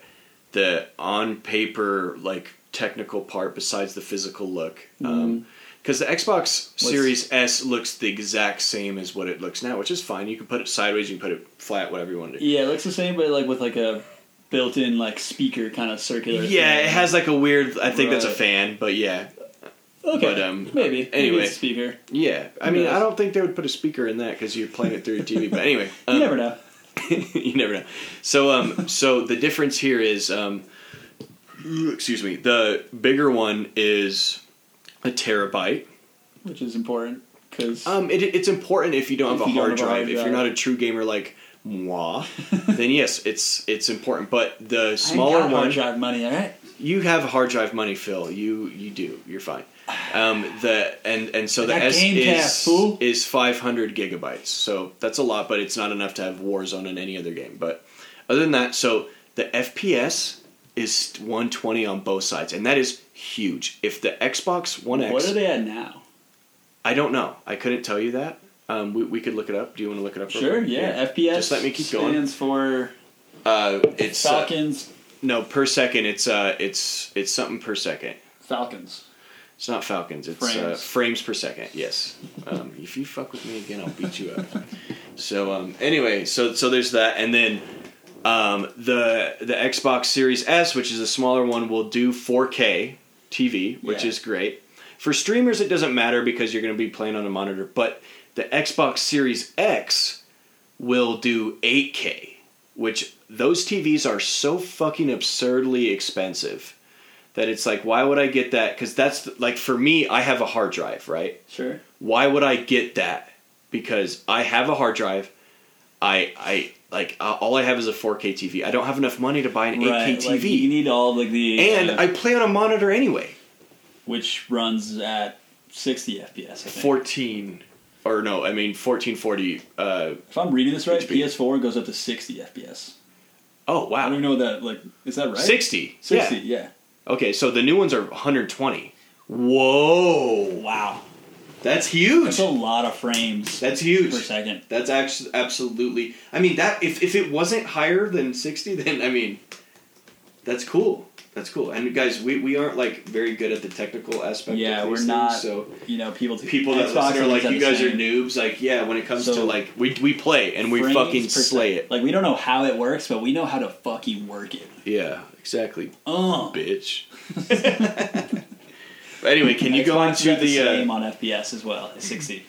Speaker 1: the on paper like technical part, besides the physical look, because
Speaker 2: Mm-hmm.
Speaker 1: the Xbox Series S looks the exact same as what it looks now, which is fine. You can put it sideways, you can put it flat, whatever you want to do.
Speaker 2: yeah, it looks the same, but like with like a built-in like speaker kind of circular.
Speaker 1: Yeah,
Speaker 2: thing.
Speaker 1: it has like a weird. I think that's a
Speaker 2: Right.
Speaker 1: fan, but yeah,
Speaker 2: Okay,
Speaker 1: but, um,
Speaker 2: maybe.
Speaker 1: anyway.
Speaker 2: maybe it's a speaker.
Speaker 1: Yeah, I
Speaker 2: Who
Speaker 1: mean,
Speaker 2: knows?
Speaker 1: I don't think they would put a speaker in that because you're playing it through your TV. But anyway,
Speaker 2: You
Speaker 1: um,
Speaker 2: never know.
Speaker 1: you never know. So, um, so the difference here is, um, excuse me, the bigger one is a terabyte.
Speaker 2: which is important because
Speaker 1: Um, it, it's important if you don't
Speaker 2: If
Speaker 1: have a
Speaker 2: you don't have
Speaker 1: hard
Speaker 2: a hard
Speaker 1: drive. If you're
Speaker 2: drive.
Speaker 1: not a true gamer like moi, then yes, it's it's important. But the smaller one,
Speaker 2: hard drive money. All right,
Speaker 1: you have hard drive money, Phil. You you do. You're fine. Um, the and and so the
Speaker 2: got
Speaker 1: S
Speaker 2: Gamecast,
Speaker 1: is
Speaker 2: fool.
Speaker 1: is 500 gigabytes. So that's a lot, but it's not enough to have Warzone in any other game. But other than that, so the FPS is 120 on both sides, and that is huge. If the Xbox One X,
Speaker 2: what are they at now?
Speaker 1: I don't know. I couldn't tell you that. Um, we, we could look it up. Do you want to look it up? real
Speaker 2: Sure,
Speaker 1: quick?
Speaker 2: yeah, FPS.
Speaker 1: Just let me keep going.
Speaker 2: Stands for
Speaker 1: Uh, it's uh,
Speaker 2: Falcons.
Speaker 1: no per second. It's uh, it's it's something per second.
Speaker 2: Falcons.
Speaker 1: It's not Falcons. It's frames, uh,
Speaker 2: Frames.
Speaker 1: frames per second. Yes. Um, if you fuck with me again, I'll beat you up. so um, anyway, so so there's that, and then um, the the Xbox Series S, which is a smaller one, will do 4K TV, which
Speaker 2: Yeah.
Speaker 1: is great. For streamers, it doesn't matter because you're going to be playing on a monitor. But the Xbox Series X will do 8K, which those TVs are so fucking absurdly expensive that it's like, why would I get that? Because that's like for me, I have a hard drive, right?
Speaker 2: Sure.
Speaker 1: Why would I get that? Because I have a hard drive. I I like uh, all I have is a 4K TV. I don't have enough money to buy an 8K
Speaker 2: Right.
Speaker 1: TV,
Speaker 2: Like you need all like the
Speaker 1: and
Speaker 2: uh,
Speaker 1: I play on a monitor anyway.
Speaker 2: which runs at 60 FPS. I think.
Speaker 1: 14 or no, I mean 1440. Uh,
Speaker 2: if I'm reading this right,
Speaker 1: HP.
Speaker 2: PS4 goes up to 60 FPS.
Speaker 1: oh
Speaker 2: I don't even
Speaker 1: wow,
Speaker 2: know what that like. Is that right?
Speaker 1: 60.
Speaker 2: 60.
Speaker 1: Yeah.
Speaker 2: Yeah.
Speaker 1: Okay, so the new ones are 120. Whoa,
Speaker 2: Wow.
Speaker 1: that's huge.
Speaker 2: That's a lot of frames
Speaker 1: That's huge.
Speaker 2: per second.
Speaker 1: That's actually absolutely. I mean that if if it wasn't higher than sixty, then I mean, that's cool. That's cool. And guys, we, we aren't like very good at the technical aspect.
Speaker 2: Yeah,
Speaker 1: of
Speaker 2: we're
Speaker 1: these
Speaker 2: not.
Speaker 1: Things, so
Speaker 2: you know, people.
Speaker 1: people that
Speaker 2: Xbox
Speaker 1: listen are like,
Speaker 2: is at
Speaker 1: you
Speaker 2: the
Speaker 1: guys are
Speaker 2: same-
Speaker 1: noobs. Like, yeah, when it comes to
Speaker 2: So-
Speaker 1: like we we play and we
Speaker 2: frames
Speaker 1: fucking
Speaker 2: per
Speaker 1: slay
Speaker 2: sec-
Speaker 1: it.
Speaker 2: Like we don't know how it works, but we know how to fucking work it.
Speaker 1: Yeah, exactly,
Speaker 2: Oh,
Speaker 1: bitch. but anyway, can you go on
Speaker 2: Xbox
Speaker 1: to
Speaker 2: got the,
Speaker 1: the?
Speaker 2: same
Speaker 1: Uh,
Speaker 2: on FBS as well, at 60.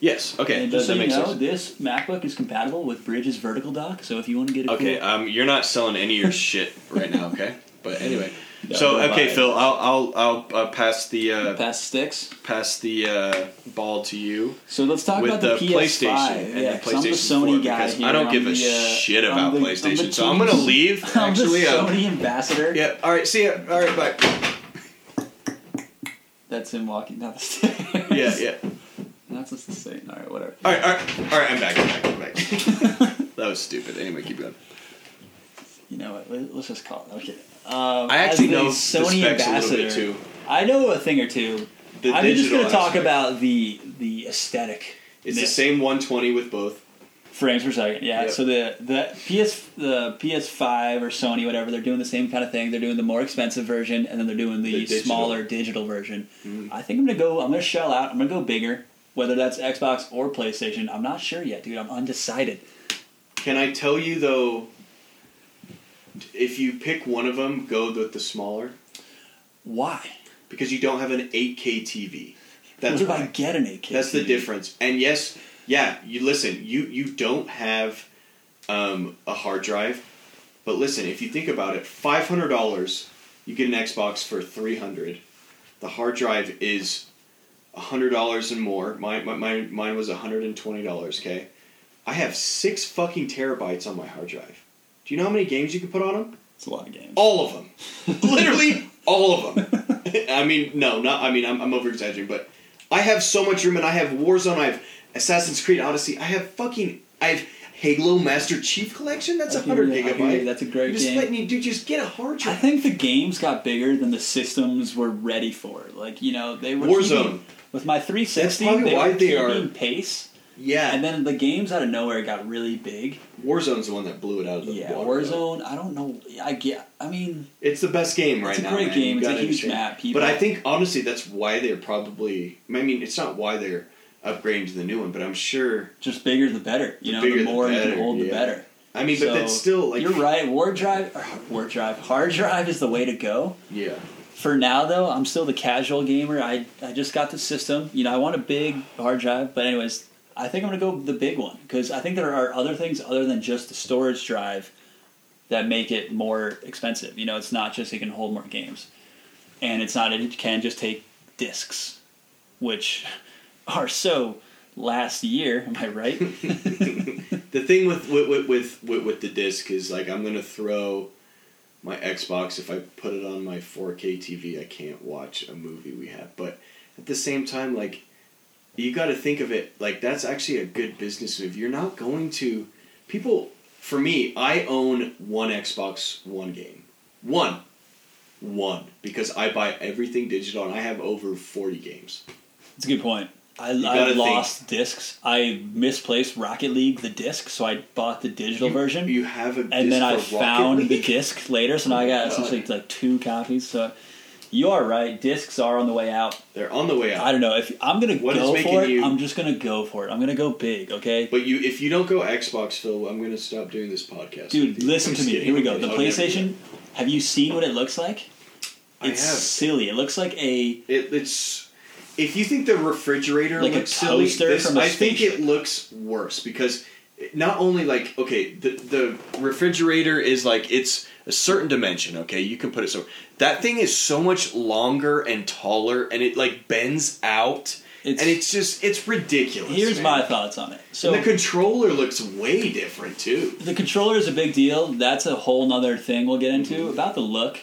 Speaker 1: yes. Okay.
Speaker 2: and just
Speaker 1: Does
Speaker 2: so
Speaker 1: that
Speaker 2: you
Speaker 1: make
Speaker 2: know,
Speaker 1: sense?
Speaker 2: this MacBook is compatible with Bridge's vertical dock. So if you want to get a
Speaker 1: Okay.
Speaker 2: cool,
Speaker 1: Um, you're not selling any of your shit right now. Okay. But anyway.
Speaker 2: No,
Speaker 1: so
Speaker 2: we'll
Speaker 1: okay,
Speaker 2: buy it.
Speaker 1: Phil, I'll I'll I'll uh, pass the uh,
Speaker 2: pass the sticks.
Speaker 1: pass the uh, ball to you.
Speaker 2: So let's talk
Speaker 1: with
Speaker 2: about
Speaker 1: the,
Speaker 2: the, PS5.
Speaker 1: PlayStation and
Speaker 2: yeah,
Speaker 1: the
Speaker 2: 'cause I'm the
Speaker 1: PlayStation
Speaker 2: Sony
Speaker 1: 4
Speaker 2: guy
Speaker 1: because
Speaker 2: here.
Speaker 1: I don't
Speaker 2: I'm
Speaker 1: give a
Speaker 2: the, uh,
Speaker 1: shit
Speaker 2: I'm
Speaker 1: about
Speaker 2: the- I'm the
Speaker 1: PlayStation, so I'm gonna
Speaker 2: team's-
Speaker 1: leave.
Speaker 2: I'm the
Speaker 1: actually, uh,
Speaker 2: Sony ambassador.
Speaker 1: Yeah. All right. See ya. All right. Bye.
Speaker 2: That's him walking down the stairs.
Speaker 1: Yeah. Yeah.
Speaker 2: That's what's the same. All right, whatever.
Speaker 1: All right. All right. All right. I'm back. I'm back. I'm back. that was stupid. Anyway, keep going.
Speaker 2: You know what? let- Let's just call it. Okay. Um,
Speaker 1: I actually
Speaker 2: as the
Speaker 1: know
Speaker 2: Sony
Speaker 1: the specs
Speaker 2: ambassador.
Speaker 1: a little bit too.
Speaker 2: I know a thing or two.
Speaker 1: The
Speaker 2: I'm just
Speaker 1: digital
Speaker 2: gonna talk
Speaker 1: aspect.
Speaker 2: about the the aesthetic.
Speaker 1: It's the
Speaker 2: This.
Speaker 1: same 120 with both.
Speaker 2: frames per second. Yeah.
Speaker 1: Yep.
Speaker 2: So the the PS the PS5 or Sony whatever they're doing the same kind of thing. They're doing the more expensive version and then they're doing the,
Speaker 1: The digital. Mm-hmm.
Speaker 2: smaller digital version. I think I'm gonna go. I'm gonna shell out. I'm gonna go bigger. Whether that's Xbox or PlayStation, I'm not sure yet, dude. I'm undecided.
Speaker 1: Can I tell you though? If you pick one of them, go with the smaller
Speaker 2: Why?
Speaker 1: because you don't have an 8K TV. That's
Speaker 2: what if I
Speaker 1: why.
Speaker 2: get an 8K?
Speaker 1: That's the
Speaker 2: TV?
Speaker 1: difference. And yes, yeah, you listen, you you don't have um, a hard drive, but listen, if you think about it, five hundred dollars, you get an Xbox for three hundred. The hard drive is hundred dollars and more. Mine, my, my, mine was hundred and twenty dollars. Okay, I have six fucking terabytes on my hard drive. Do you know how many games you can put on them?
Speaker 2: It's a lot of games.
Speaker 1: all of them literally all of them i mean no not i mean i'm, I'm over exaggerating but i have so much room and i have warzone i have assassin's creed odyssey i have fucking i have halo master chief collection that's
Speaker 2: I
Speaker 1: a
Speaker 2: hear you,
Speaker 1: 100
Speaker 2: I hear you,
Speaker 1: gigabyte
Speaker 2: that's a great
Speaker 1: You're just
Speaker 2: game.
Speaker 1: letting me dude just get a hard
Speaker 2: I
Speaker 1: drive
Speaker 2: think the games got bigger than the systems were ready for. Like you know, they were
Speaker 1: Warzone.
Speaker 2: keeping- with my 360.
Speaker 1: That's probably
Speaker 2: they
Speaker 1: why
Speaker 2: were
Speaker 1: they are-
Speaker 2: keeping pace.
Speaker 1: yeah
Speaker 2: And then the games out of nowhere got really big.
Speaker 1: warzone's the one that blew it out of the
Speaker 2: Yeah,
Speaker 1: water though.
Speaker 2: Warzone. I don't know. I get. I mean,
Speaker 1: It's the best game right
Speaker 2: It's a
Speaker 1: now.
Speaker 2: great
Speaker 1: man. You
Speaker 2: game. It's a
Speaker 1: gotta
Speaker 2: huge
Speaker 1: understand.
Speaker 2: map, people.
Speaker 1: But I think honestly, that's why they're probably. I mean, it's not why they're upgrading to the new one, but I'm sure.
Speaker 2: just bigger the better. You know,
Speaker 1: bigger
Speaker 2: the
Speaker 1: the
Speaker 2: more you
Speaker 1: better,
Speaker 2: can hold, the
Speaker 1: yeah.
Speaker 2: better.
Speaker 1: I mean,
Speaker 2: So,
Speaker 1: but that's still like
Speaker 2: you're right. War drive, or war drive, hard drive is the way to go.
Speaker 1: Yeah.
Speaker 2: For now, though, I'm still the casual gamer. I I just got the system. You know, I want a big hard drive. But anyways, I think I'm gonna go with the big one because I think there are other things other than just the storage drive that make it more expensive. You know, it's not just it can hold more games, and it's not it can just take discs, which are so last year. Am I right?
Speaker 1: The thing with with, with with with with the disc is like I'm gonna throw my Xbox if I put it on my 4K TV, I can't watch a movie we have. But at the same time, like you got to think of it like that's actually a good business move. You're not going to people. For me, I own one Xbox One game, one, one because I buy everything digital and I have over 40 games.
Speaker 2: It's a good point. I,
Speaker 1: gotta
Speaker 2: I
Speaker 1: think.
Speaker 2: lost discs. I misplaced Rocket League the disc, so I bought the digital version.
Speaker 1: You have a
Speaker 2: and then I
Speaker 1: disc for Rocket
Speaker 2: found the
Speaker 1: League?
Speaker 2: disc later, so now I got
Speaker 1: God.
Speaker 2: essentially like two copies. So you are right; discs are on the way out.
Speaker 1: They're on the way out.
Speaker 2: I don't know if I'm gonna
Speaker 1: What is
Speaker 2: go
Speaker 1: making
Speaker 2: for it.
Speaker 1: you-
Speaker 2: I'm just gonna go for it. I'm gonna go big, okay?
Speaker 1: But you, if you don't go Xbox, Phil, I'm going to stop doing this podcast.
Speaker 2: Dude, listen to
Speaker 1: Just
Speaker 2: me.
Speaker 1: kidding.
Speaker 2: Here we go. The
Speaker 1: I'll Oh, never do
Speaker 2: PlayStation. Have you seen what it looks like?
Speaker 1: I
Speaker 2: It's
Speaker 1: have.
Speaker 2: silly. It looks like a
Speaker 1: It, it's if you think the refrigerator
Speaker 2: Like a
Speaker 1: looks silly,
Speaker 2: toaster
Speaker 1: this,
Speaker 2: from a
Speaker 1: I think
Speaker 2: spaceship.
Speaker 1: it looks worse because it- not only like okay, the the refrigerator is like it's a certain dimension. Okay, you can put it so that thing is so much longer and taller, and it like bends out,
Speaker 2: It's-
Speaker 1: and it's just it's ridiculous.
Speaker 2: Here's
Speaker 1: man.
Speaker 2: my thoughts on it. So
Speaker 1: and the controller looks way different too.
Speaker 2: the controller is a big deal. That's a whole nother thing we'll get into
Speaker 1: Mm-hmm.
Speaker 2: about the look.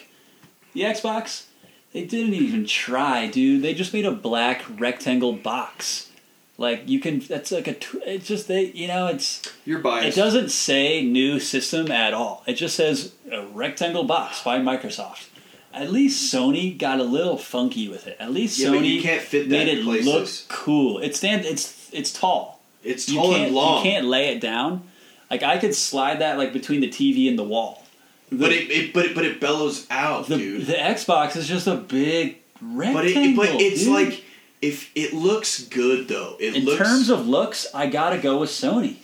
Speaker 2: The Xbox, they didn't even try, dude. They just made a black rectangle box. Like you can, that's like a. tw- It's just they, you know, it's
Speaker 1: You're biased.
Speaker 2: it doesn't say new system at all. It just says a rectangle box by Microsoft. At least Sony got a little funky with it. At least
Speaker 1: Yeah,
Speaker 2: Sony
Speaker 1: but you can't fit that
Speaker 2: made
Speaker 1: in
Speaker 2: it look
Speaker 1: places.
Speaker 2: cool. It stand. It's it's tall
Speaker 1: It's
Speaker 2: you
Speaker 1: tall
Speaker 2: can't,
Speaker 1: and long.
Speaker 2: You can't lay it down. Like I could slide that like between the TV and the wall.
Speaker 1: But it, it but it, but it bellows out,
Speaker 2: The,
Speaker 1: dude.
Speaker 2: the Xbox is just a big
Speaker 1: but
Speaker 2: rectangle.
Speaker 1: it, but it's
Speaker 2: dude.
Speaker 1: like if it looks good though. It
Speaker 2: in
Speaker 1: looks
Speaker 2: terms of looks, I gotta go with Sony.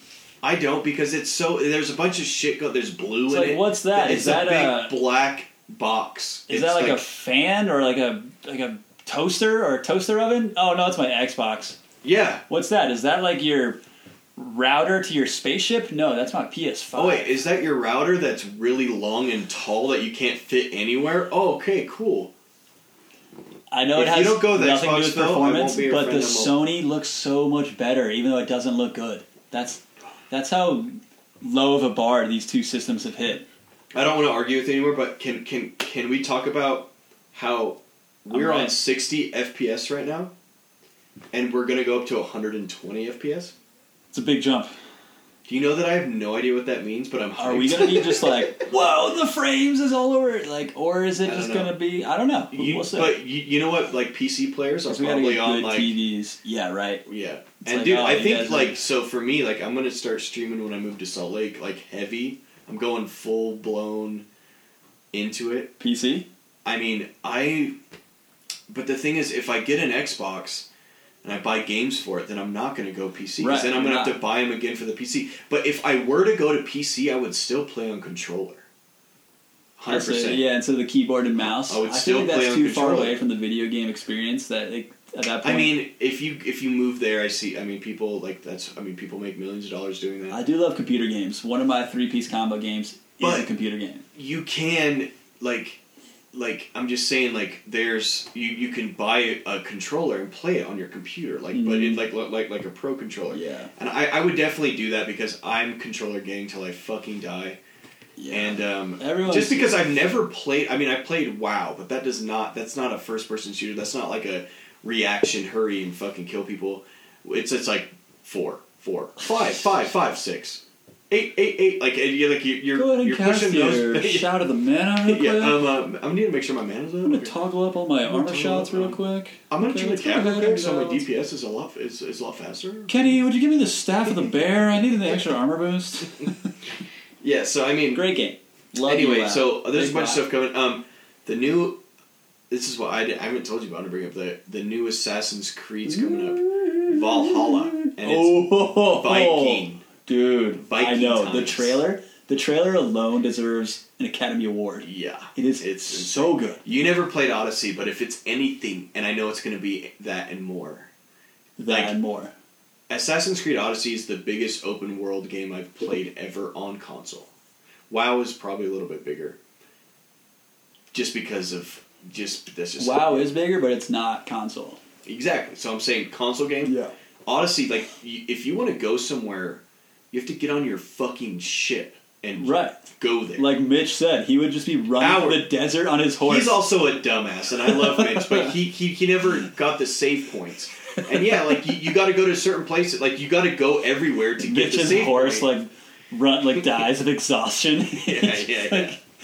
Speaker 1: I don't because it's so. There's a bunch of shit. Go, there's blue
Speaker 2: It's
Speaker 1: in
Speaker 2: like,
Speaker 1: it.
Speaker 2: what's that?
Speaker 1: It's
Speaker 2: Is that
Speaker 1: a
Speaker 2: a-
Speaker 1: big black box?
Speaker 2: Is
Speaker 1: It's
Speaker 2: that like, a fan or like a like a toaster or a toaster oven? Oh no, it's my Xbox.
Speaker 1: yeah?
Speaker 2: What's that? Is that like your router to your spaceship? No, that's my PS5.
Speaker 1: Oh wait, is that your router that's really long and tall that you can't fit anywhere? Oh, okay, cool.
Speaker 2: I know it
Speaker 1: If
Speaker 2: has
Speaker 1: you don't go with the
Speaker 2: nothing to do
Speaker 1: Xbox,
Speaker 2: with
Speaker 1: though, I won't
Speaker 2: performance,
Speaker 1: be your
Speaker 2: but the
Speaker 1: friend no
Speaker 2: Sony looks so much better, even though it doesn't look good. That's that's how low of a bar these two systems have hit.
Speaker 1: I don't want to argue with you anymore, but can can can we talk about how we're on
Speaker 2: Alright.
Speaker 1: 60 FPS right now, and we're gonna go up to 120 FPS?
Speaker 2: It's a big jump.
Speaker 1: Do you know that I have no idea what that means? But I'm.
Speaker 2: Are
Speaker 1: hyped.
Speaker 2: we gonna be just like, whoa, the frames is all over, it," like, or is it
Speaker 1: I
Speaker 2: just
Speaker 1: don't know.
Speaker 2: gonna be? I don't know.
Speaker 1: You,
Speaker 2: we'll see.
Speaker 1: but you, you know what? Like PC players are
Speaker 2: 'Cause we gotta
Speaker 1: probably
Speaker 2: get
Speaker 1: on
Speaker 2: good
Speaker 1: like
Speaker 2: TVs. Yeah, right.
Speaker 1: yeah.
Speaker 2: It's
Speaker 1: and
Speaker 2: like,
Speaker 1: dude,
Speaker 2: oh,
Speaker 1: I
Speaker 2: you guys
Speaker 1: think
Speaker 2: are-
Speaker 1: like so for me, like I'm gonna start streaming when I move to Salt Lake, like heavy. I'm going full blown into it.
Speaker 2: PC.
Speaker 1: I mean, I. But the thing is, if I get an Xbox and I buy games for it, then I'm not going to go PC. 'cause
Speaker 2: Right,
Speaker 1: then I'm
Speaker 2: you're
Speaker 1: going to have
Speaker 2: not.
Speaker 1: to buy them again for the PC. But if I were to go to PC, I would still play on controller. Hundred
Speaker 2: That's it,
Speaker 1: percent.
Speaker 2: yeah, and so the keyboard and mouse.
Speaker 1: I would
Speaker 2: feel
Speaker 1: still
Speaker 2: like
Speaker 1: play
Speaker 2: that's
Speaker 1: on
Speaker 2: too far
Speaker 1: controller.
Speaker 2: away from the video game experience. That it, at that
Speaker 1: I
Speaker 2: point,
Speaker 1: mean, if you if you move there, I see. I mean, people like that's. I mean, people make millions of dollars doing that.
Speaker 2: I do love computer games. One of my three-piece combo games
Speaker 1: But-
Speaker 2: is a computer game.
Speaker 1: you can like like I'm just saying like there's you you can buy a controller and play it on your computer like but it like like like a pro controller.
Speaker 2: Mm-hmm. Yeah.
Speaker 1: And I I would definitely do that because I'm controller gang till I fucking die.
Speaker 2: Yeah.
Speaker 1: And um
Speaker 2: Everyone's-
Speaker 1: just because I've never played I mean I played WoW, but that does not that's not a first person shooter. That's not like a reaction hurry and fucking kill people. It's it's like four, four, five, five, five, six, eight, eight, eight. Like and you're like you're you're,
Speaker 2: Go ahead and
Speaker 1: you're
Speaker 2: cast
Speaker 1: pushing
Speaker 2: your
Speaker 1: those.
Speaker 2: shout of the man real quick.
Speaker 1: Yeah, um, um, I'm gonna need to make sure my man is
Speaker 2: I'm
Speaker 1: on.
Speaker 2: gonna toggle up all my armor
Speaker 1: toggle
Speaker 2: shots
Speaker 1: up,
Speaker 2: real
Speaker 1: um,
Speaker 2: quick.
Speaker 1: I'm gonna
Speaker 2: Okay,
Speaker 1: turn the
Speaker 2: let's go
Speaker 1: tab
Speaker 2: ahead
Speaker 1: real quick
Speaker 2: and,
Speaker 1: so
Speaker 2: uh,
Speaker 1: my
Speaker 2: let's-
Speaker 1: DPS is a lot is, is a lot faster.
Speaker 2: Kenny, would you give me the staff of the bear? I needed the extra armor boost.
Speaker 1: Yeah, so I mean,
Speaker 2: Great game. Love
Speaker 1: anyway,
Speaker 2: you, uh,
Speaker 1: so there's a
Speaker 2: Big
Speaker 1: bunch of
Speaker 2: Rock.
Speaker 1: stuff coming. Um, the new, this is what I did. I haven't told you about. I'm to bring up the the new Assassin's Creed's coming up, Valhalla, and it's
Speaker 2: Oh,
Speaker 1: Viking.
Speaker 2: dude! I
Speaker 1: Viking
Speaker 2: know the
Speaker 1: times.
Speaker 2: trailer. The trailer alone deserves an Academy Award.
Speaker 1: Yeah,
Speaker 2: It is.
Speaker 1: It's
Speaker 2: so good.
Speaker 1: you never played Odyssey, but if it's anything, and I know it's gonna be that and more.
Speaker 2: That
Speaker 1: Like-
Speaker 2: and more.
Speaker 1: Assassin's Creed Odyssey is the biggest open world game I've played ever on console. WoW is probably a little bit bigger, just because of just that's just
Speaker 2: WoW is bigger, but it's not console.
Speaker 1: exactly. So I'm saying console game. Odyssey, like y- if you want to go somewhere, you have to get on your fucking ship and
Speaker 2: Right.
Speaker 1: go there.
Speaker 2: Like Mitch said, he would just be running
Speaker 1: Howard.
Speaker 2: through the desert on his horse.
Speaker 1: He's also a dumbass, and I love Mitch, but he, he, he never got the save points. And yeah, like you, you got to go to certain places, like you got to go everywhere to get the
Speaker 2: Mitch's
Speaker 1: save
Speaker 2: horse
Speaker 1: point.
Speaker 2: like run like dies of exhaustion.
Speaker 1: yeah, yeah,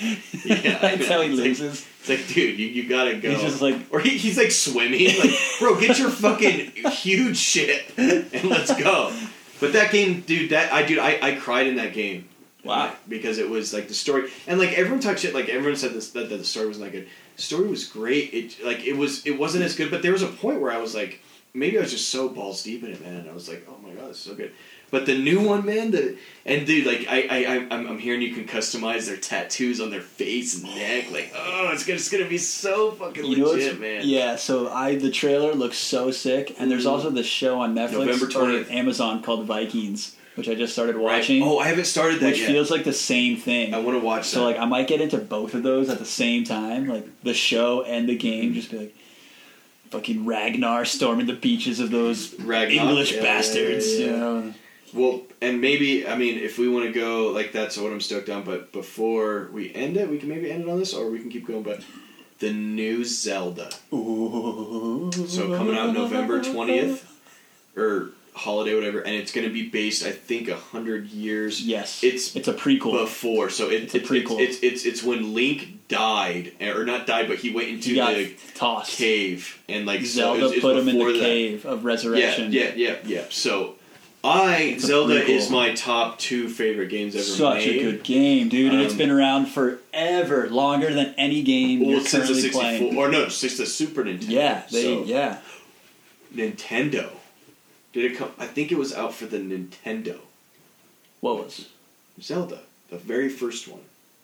Speaker 1: yeah. yeah I
Speaker 2: That's
Speaker 1: know.
Speaker 2: how he
Speaker 1: It's like-
Speaker 2: loses.
Speaker 1: it's like, dude, you, you gotta go.
Speaker 2: He's just like-
Speaker 1: or he, he's like swimming. Like, bro, get your fucking huge ship and let's go. But that game, dude, that I dude, I, I cried in that game.
Speaker 2: Wow.
Speaker 1: Because it was like the story, and like everyone talked shit. Like everyone said this that, that the story was not good. The story was great. It like it was it wasn't as good, but there was a point where I was like, maybe I was just so balls deep in it, man. And I was like, oh my god, this is so good. But the new one, man, the and dude, like I I I- I'm, I'm hearing you can customize their tattoos on their face and neck. Like, oh, it's gonna it's gonna be so fucking
Speaker 2: You know what's-
Speaker 1: legit, man.
Speaker 2: Yeah, so I the trailer looks so sick, and there's
Speaker 1: Mhm.
Speaker 2: also this show on Netflix
Speaker 1: November 20th.
Speaker 2: or Amazon called Vikings, which I just started
Speaker 1: Right.
Speaker 2: watching,
Speaker 1: Oh, I haven't started that
Speaker 2: which
Speaker 1: yet.
Speaker 2: feels like the same thing.
Speaker 1: I want to watch
Speaker 2: so
Speaker 1: that.
Speaker 2: like I might get into both of those at the same time, like the show and the game. Just be like, fucking Ragnar storming the beaches of those
Speaker 1: Ragnar,
Speaker 2: English
Speaker 1: yeah, yeah,
Speaker 2: bastards.
Speaker 1: yeah, yeah.
Speaker 2: You know,
Speaker 1: Well, and maybe I mean, if we want to go like that's what I'm stoked on. But before we end it, we can maybe end it on this, or we can keep going. But the new Zelda, so coming out November twentieth, or holiday, whatever, and it's going to be based, I think, a hundred years
Speaker 2: Yes,
Speaker 1: It's
Speaker 2: it's a prequel.
Speaker 1: before. So
Speaker 2: It's
Speaker 1: it,
Speaker 2: a
Speaker 1: it's, it's,
Speaker 2: prequel.
Speaker 1: it's it's it's when Link died, or not died, but he went into
Speaker 2: he got
Speaker 1: the
Speaker 2: tossed.
Speaker 1: cave and like so
Speaker 2: Zelda
Speaker 1: it's- it's
Speaker 2: put him in
Speaker 1: before
Speaker 2: the
Speaker 1: that.
Speaker 2: cave of
Speaker 1: Yeah,
Speaker 2: resurrection.
Speaker 1: yeah, yeah, yeah. So, I
Speaker 2: a
Speaker 1: Zelda
Speaker 2: prequel.
Speaker 1: is my top two favorite games ever
Speaker 2: Such
Speaker 1: made.
Speaker 2: a good game, dude, and it's
Speaker 1: Um,
Speaker 2: been around forever, longer than any game
Speaker 1: well,
Speaker 2: you're
Speaker 1: since the
Speaker 2: currently
Speaker 1: 64
Speaker 2: playing.
Speaker 1: or no, since the Super Nintendo.
Speaker 2: Yeah, they,
Speaker 1: so
Speaker 2: yeah.
Speaker 1: Nintendo. Did it come? I think it was out for the Nintendo.
Speaker 2: What was?
Speaker 1: Zelda, the very first one.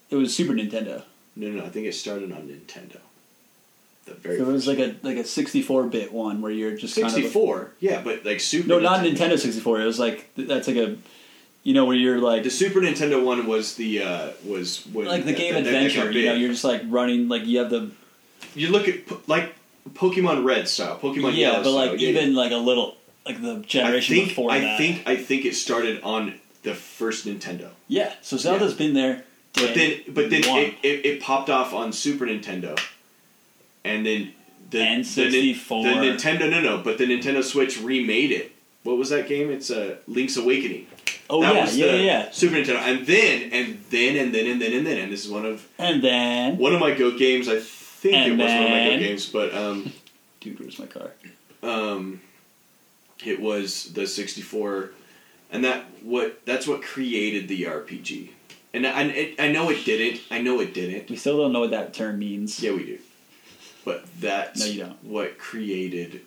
Speaker 2: It was Super Nintendo.
Speaker 1: No, no, I think it started on Nintendo. The very
Speaker 2: It was
Speaker 1: first
Speaker 2: like a like a 64 bit one where you're just kind of
Speaker 1: 64. yeah, but like Super.
Speaker 2: no, not Nintendo 64. It was like th- that's like a you know where you're like
Speaker 1: The Super Nintendo one was the uh, was when
Speaker 2: like the
Speaker 1: that-
Speaker 2: game
Speaker 1: that- that got
Speaker 2: adventure. You know,
Speaker 1: big.
Speaker 2: you're just like running like you have the
Speaker 1: You look at po- like Pokemon Red style, Pokemon
Speaker 2: yeah,
Speaker 1: Yellow
Speaker 2: but
Speaker 1: style.
Speaker 2: like
Speaker 1: yeah,
Speaker 2: even like a little like the
Speaker 1: I
Speaker 2: generation
Speaker 1: think
Speaker 2: before
Speaker 1: I
Speaker 2: that.
Speaker 1: think I think it started on the first Nintendo.
Speaker 2: yeah. So Zelda's been there.
Speaker 1: But then,
Speaker 2: day
Speaker 1: but then
Speaker 2: one.
Speaker 1: it, it, it popped off on Super Nintendo, and then the
Speaker 2: And
Speaker 1: the Nin-
Speaker 2: 64.
Speaker 1: The, Nintendo, no, no, but the Nintendo Switch remade it. What was that game? It's uh, Link's Awakening.
Speaker 2: oh
Speaker 1: that
Speaker 2: yeah,
Speaker 1: was
Speaker 2: yeah,
Speaker 1: the
Speaker 2: yeah, yeah.
Speaker 1: Super Nintendo, and then and then and then and then and then and this is one of
Speaker 2: And then
Speaker 1: one of my goat games. I think it
Speaker 2: And
Speaker 1: was one of my
Speaker 2: then-
Speaker 1: goat games, but um
Speaker 2: dude, where's my car?
Speaker 1: um, it was the sixty four, and that what that's what created the RPG. And I, I, I know it didn't. I know it didn't.
Speaker 2: We still don't know what that term means.
Speaker 1: Yeah, we do. But that's
Speaker 2: No, you don't.
Speaker 1: what created.